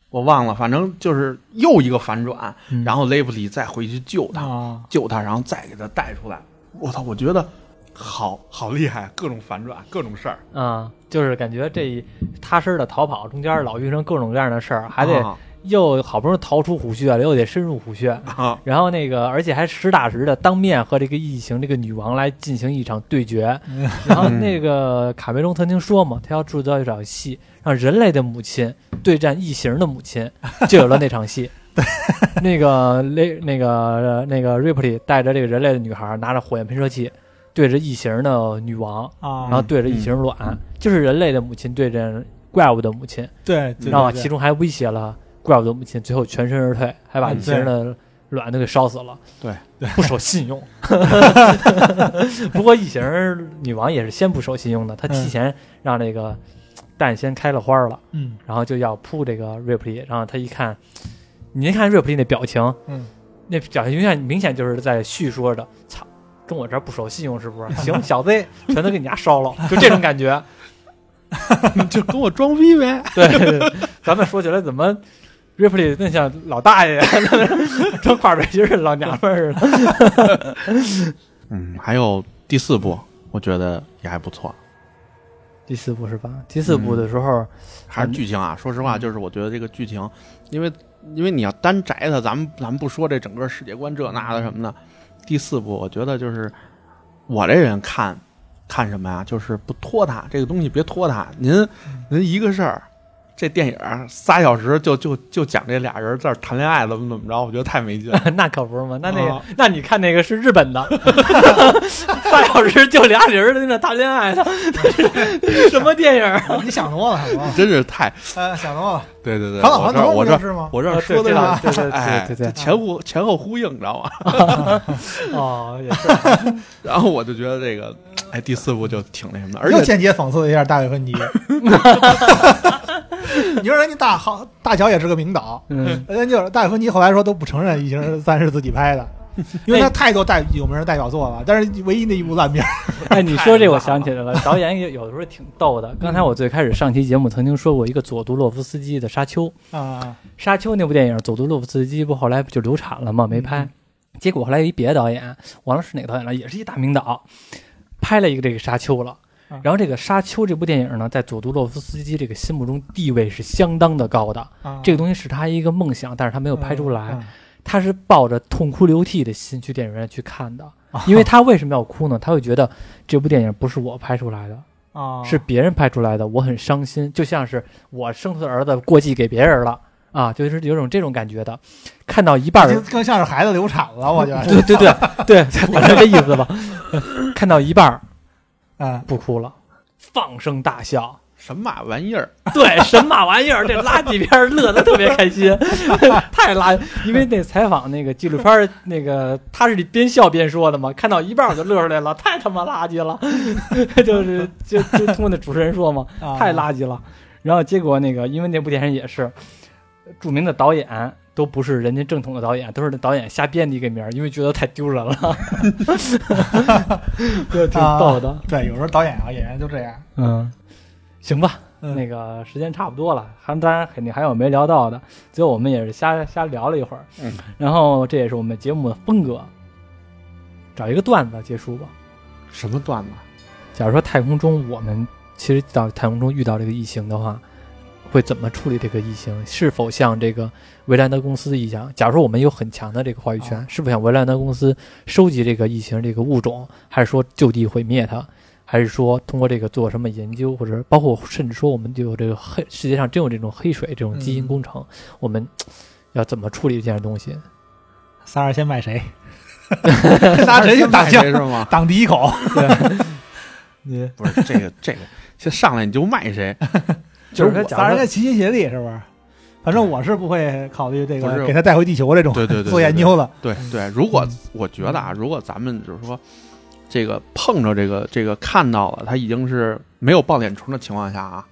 S3: 我忘了，反正就是又一个反转，
S1: 嗯
S3: 然后 l a b l y 再回去救她，
S2: 啊，
S3: 救他，然后再给他带出来。我操，我觉得好好厉害，各种反转，各种事儿，
S1: 啊，就是感觉这一踏实的逃跑，中间老遇上各种各样的事儿，还得
S3: 啊
S1: 又好不容易逃出虎穴了，又得深入虎穴。
S3: 啊
S1: 然后那个，而且还实打实的当面和这个异形这个女王来进行一场对决。然后那个卡梅隆曾经说嘛，他要制造一场戏，让人类的母亲对战异形的母亲，就有了那场戏。那个雷那个呃那个瑞普里带着这个人类的女孩，拿着火焰喷射器对着异形的女王，
S2: 啊，
S1: 然后对着异形卵，就是人类的母亲对阵怪物的母亲，
S2: 对，对
S1: 你知道吗？
S2: 对
S1: 其中还威胁了怪物的母亲，最后全身而退，还把
S3: 嗯
S1: 异形的卵都给烧死了。
S3: 对，
S1: 不守信 用。不过异形女王也是先不守信用的，她提前让这个蛋先开了花了，
S2: 嗯
S1: 然后就要扑这个瑞普利，然后她一看，您看瑞普利那表情，
S2: 嗯，
S1: 那表情明显明显就是在叙说着，操，跟我这儿不守信用是 不是？行，小子，全都给你家烧了，就这种感觉。
S3: 就跟我装逼 呗。
S1: 对对，对咱们说起来怎么 Ripley 那像老大爷， 穿跨背心儿老娘们儿似的。
S3: 嗯，还有第四部，我觉得也还不错，
S1: 第四部是吧？第四部的时候，嗯
S3: 还是剧情啊。说实话，就是我觉得这个剧情，因为因为你要单摘它，咱们咱们不说这整个世界观这那的什么的。第四部，我觉得就是我这人看看什么呀，就是不拖沓，这个东西别拖沓。您
S1: 嗯
S3: 您一个事儿，这电影儿仨小时就就就讲这俩人在这儿谈恋爱怎么怎么着，我觉得太没 劲了。
S1: 嗯那可不是嘛，那那个，
S3: 啊
S1: 那你看那个是日本的， 半小时就俩人儿在那谈恋爱呢， 什么电影儿？
S2: 哦你想多了，好吧
S3: 真是太
S2: 哎，想多了。
S3: 对对对，
S2: 返老还
S3: 我这
S2: 童
S3: 我
S2: 不就
S3: 这
S2: 是吗？
S3: 我这
S1: 啊
S3: 说的
S1: 对
S3: 是
S1: 对对
S3: 哎
S1: 对对对啊
S3: 这前后前后呼应，你知道吗？
S1: 哦，也是，
S3: 然后我就觉得这个，哎，第四部就挺那什么的，而
S2: 又
S3: 且
S2: 间接讽刺了一下大卫 芬奇。你说人家大好大乔也是个名导，
S1: 嗯，
S2: 人家就是大卫芬奇后来说都不承认《异形三》是自己拍的，因
S3: 哎
S2: 为他太多代有名的代表作了，但是唯一那一部烂片儿，
S1: 哎，你说这我想起来了， 导演也有的时候挺逗的。刚才我最开始上期节目曾经说过一个佐杜洛夫斯基的《沙丘》，
S2: 啊，
S1: 《沙丘》那部电影，佐杜洛夫斯基不后来不就流产了吗？
S2: 嗯
S1: 没拍。结果后来一别的导演，忘了是哪个导演了，也是一大名导，拍了一个这个《沙丘》了。
S2: 啊
S1: 然后这个《沙丘》这部电影呢，在佐杜洛夫斯基这个心目中地位是相当的高的。
S2: 啊
S1: 这个东西是他一个梦想，但是他没有拍出来。
S2: 嗯
S1: 他是抱着痛哭流涕的心去电影院去看的，
S2: 啊
S1: 因为他为什么要哭呢？他会觉得这部电影不是我拍出来的，
S2: 啊，
S1: 是别人拍出来的，我很伤心，就像是我生出的儿子过继给别人了啊，就是有种这种感觉的。看到一半
S2: 就
S1: 儿，
S2: 更像是孩子流产了，我觉得
S1: 对对对对，反正这意思吧。 看到一半儿
S2: 啊，
S1: 不哭了，放声大笑。
S3: 神马玩意儿，
S1: 对，神马玩意儿，这垃圾片儿乐得特别开心， 太垃。因为那采访那个纪录片儿，那个他是边笑边说的嘛，看到一半儿我就乐出来了，太他妈垃圾了， 就是就就通过那主持人说嘛，
S2: 啊
S1: 太垃圾了。然后结果那个，因为那部电影也是著名的导演。都不是人家正统的导演，都是那导演瞎编的一个名儿，因为觉得太丢人了，对，挺逗的。
S2: 对，有时候导演啊演员就这样，
S1: 嗯，行吧，
S2: 嗯
S1: 那个时间差不多了，还当然肯定还有没聊到的，最后我们也是瞎瞎聊了一会儿，
S3: 嗯，
S1: 然后这也是我们节目的风格，找一个段子结束吧。
S3: 什么段子？
S1: 假如说太空中我们其实到太空中遇到这个异形的话，会怎么处理这个异形？是否像这个维兰德公司一样？假如说我们有很强的这个话语权，是否像维兰德公司收集这个异形这个物种，还是说就地毁灭它？还是说通过这个做什么研究，或者包括甚至说我们就有这个黑世界上真有这种黑水这种基因
S2: 嗯
S1: 工程，我们嘖要怎么处理这件东西？
S2: 仨人先卖谁，拿谁去
S3: 打
S2: 挡
S3: 谁
S2: 枪，
S3: 是吗？
S2: 挡第一口，
S1: 对，
S3: 不是这个这个，先上来你就卖谁？
S1: 就是说
S2: 我
S1: 假
S2: 仨人
S1: 如
S2: 家齐心协力，是不是？反正我是不会考虑这
S3: 不是
S2: 个给他带回地球这种
S3: 对对对对
S2: 做研究的。
S3: 对对，如果我觉得啊，如果咱们就是说这个碰着这个这个看到了，他已经是没有抱脸虫的情况下啊，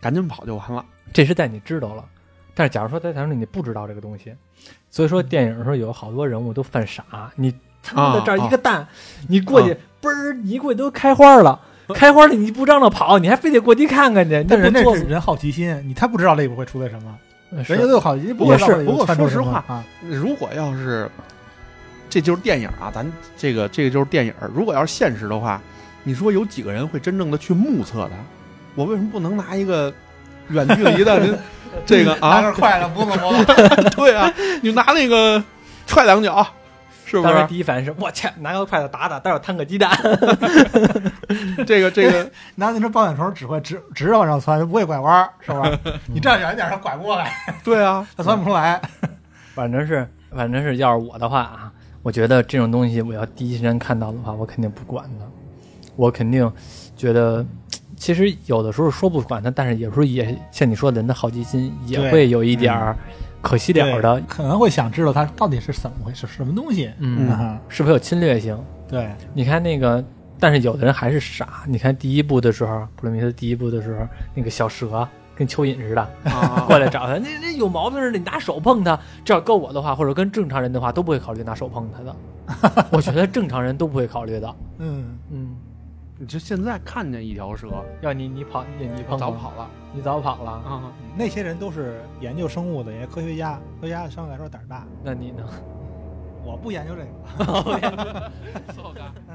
S3: 赶紧跑就完了。
S1: 这是在你知道了，但是假如说在台上你不知道这个东西，所以
S2: 嗯
S1: 说电影说有好多人物都犯傻，
S2: 啊
S1: 你他妈的这儿一个蛋，你过去嘣儿、你一过去都开花了，开花了你不嚷嚷跑，你还非得过去看看去，那
S2: 但人
S1: 不
S2: 家
S1: 作
S2: 是人好奇心，你他不知道内部会出来什么，
S1: 死
S2: 人家都有好奇心，不
S3: 也
S2: 会知道
S3: 是
S2: 内部
S3: 不过
S2: 窜出
S3: 说实
S2: 什么
S3: 话
S2: 啊，
S3: 如果要是这就是电影啊，咱这个这个就是电影。如果要是现实的话，你说有几个人会真正的去目测它？我为什么不能拿一个远距离的您这个
S2: 拿
S3: 啊？
S2: 根筷子不磨磨磨，
S3: 对啊，你拿那个踹两脚，是不
S1: 当时
S3: 是？
S1: 第一反应是我去拿个筷子打打，待会儿摊个鸡蛋。
S3: 这个这个，
S2: 拿那只抱远虫只会直直着往上窜，不会拐弯，是吧？ 你站远一点，它拐不过来，
S3: 对啊，
S2: 它窜不出来。
S1: 反正是反正是，要是我的话啊，我觉得这种东西我要第一时间看到的话，我肯定不管它，我肯定觉得。其实有的时候说不管它，但是有时候也像你说的，人的好奇心也
S2: 对
S1: 会有一点儿可惜了的，
S2: 可能会想知道它到底是怎么回事，什么东西。
S1: 嗯
S2: 啊哈
S1: 是不是有侵略性？
S2: 对，
S1: 你看那个，但是有的人还是傻。你看第一部的时候，普罗米修斯第一部的时候，那个小蛇跟蚯蚓似的，
S3: 啊
S1: 过来找他，那那有毛病似的，你拿手碰他。这要跟我的话，或者跟正常人的话，都不会考虑拿手碰他的。 我觉得正常人都不会考虑的。
S2: 嗯，
S1: 嗯，
S3: 你就现在看见一条蛇，
S1: 要你你跑你你碰
S3: 早
S1: 吗，
S3: 跑了
S1: 你早跑了，
S3: 啊！
S2: 那些人都是研究生物的，也是科学家，科学家相对来说胆儿大。
S1: 那你呢？
S2: 我不研究这个。
S3: 糟糕
S2: 嗯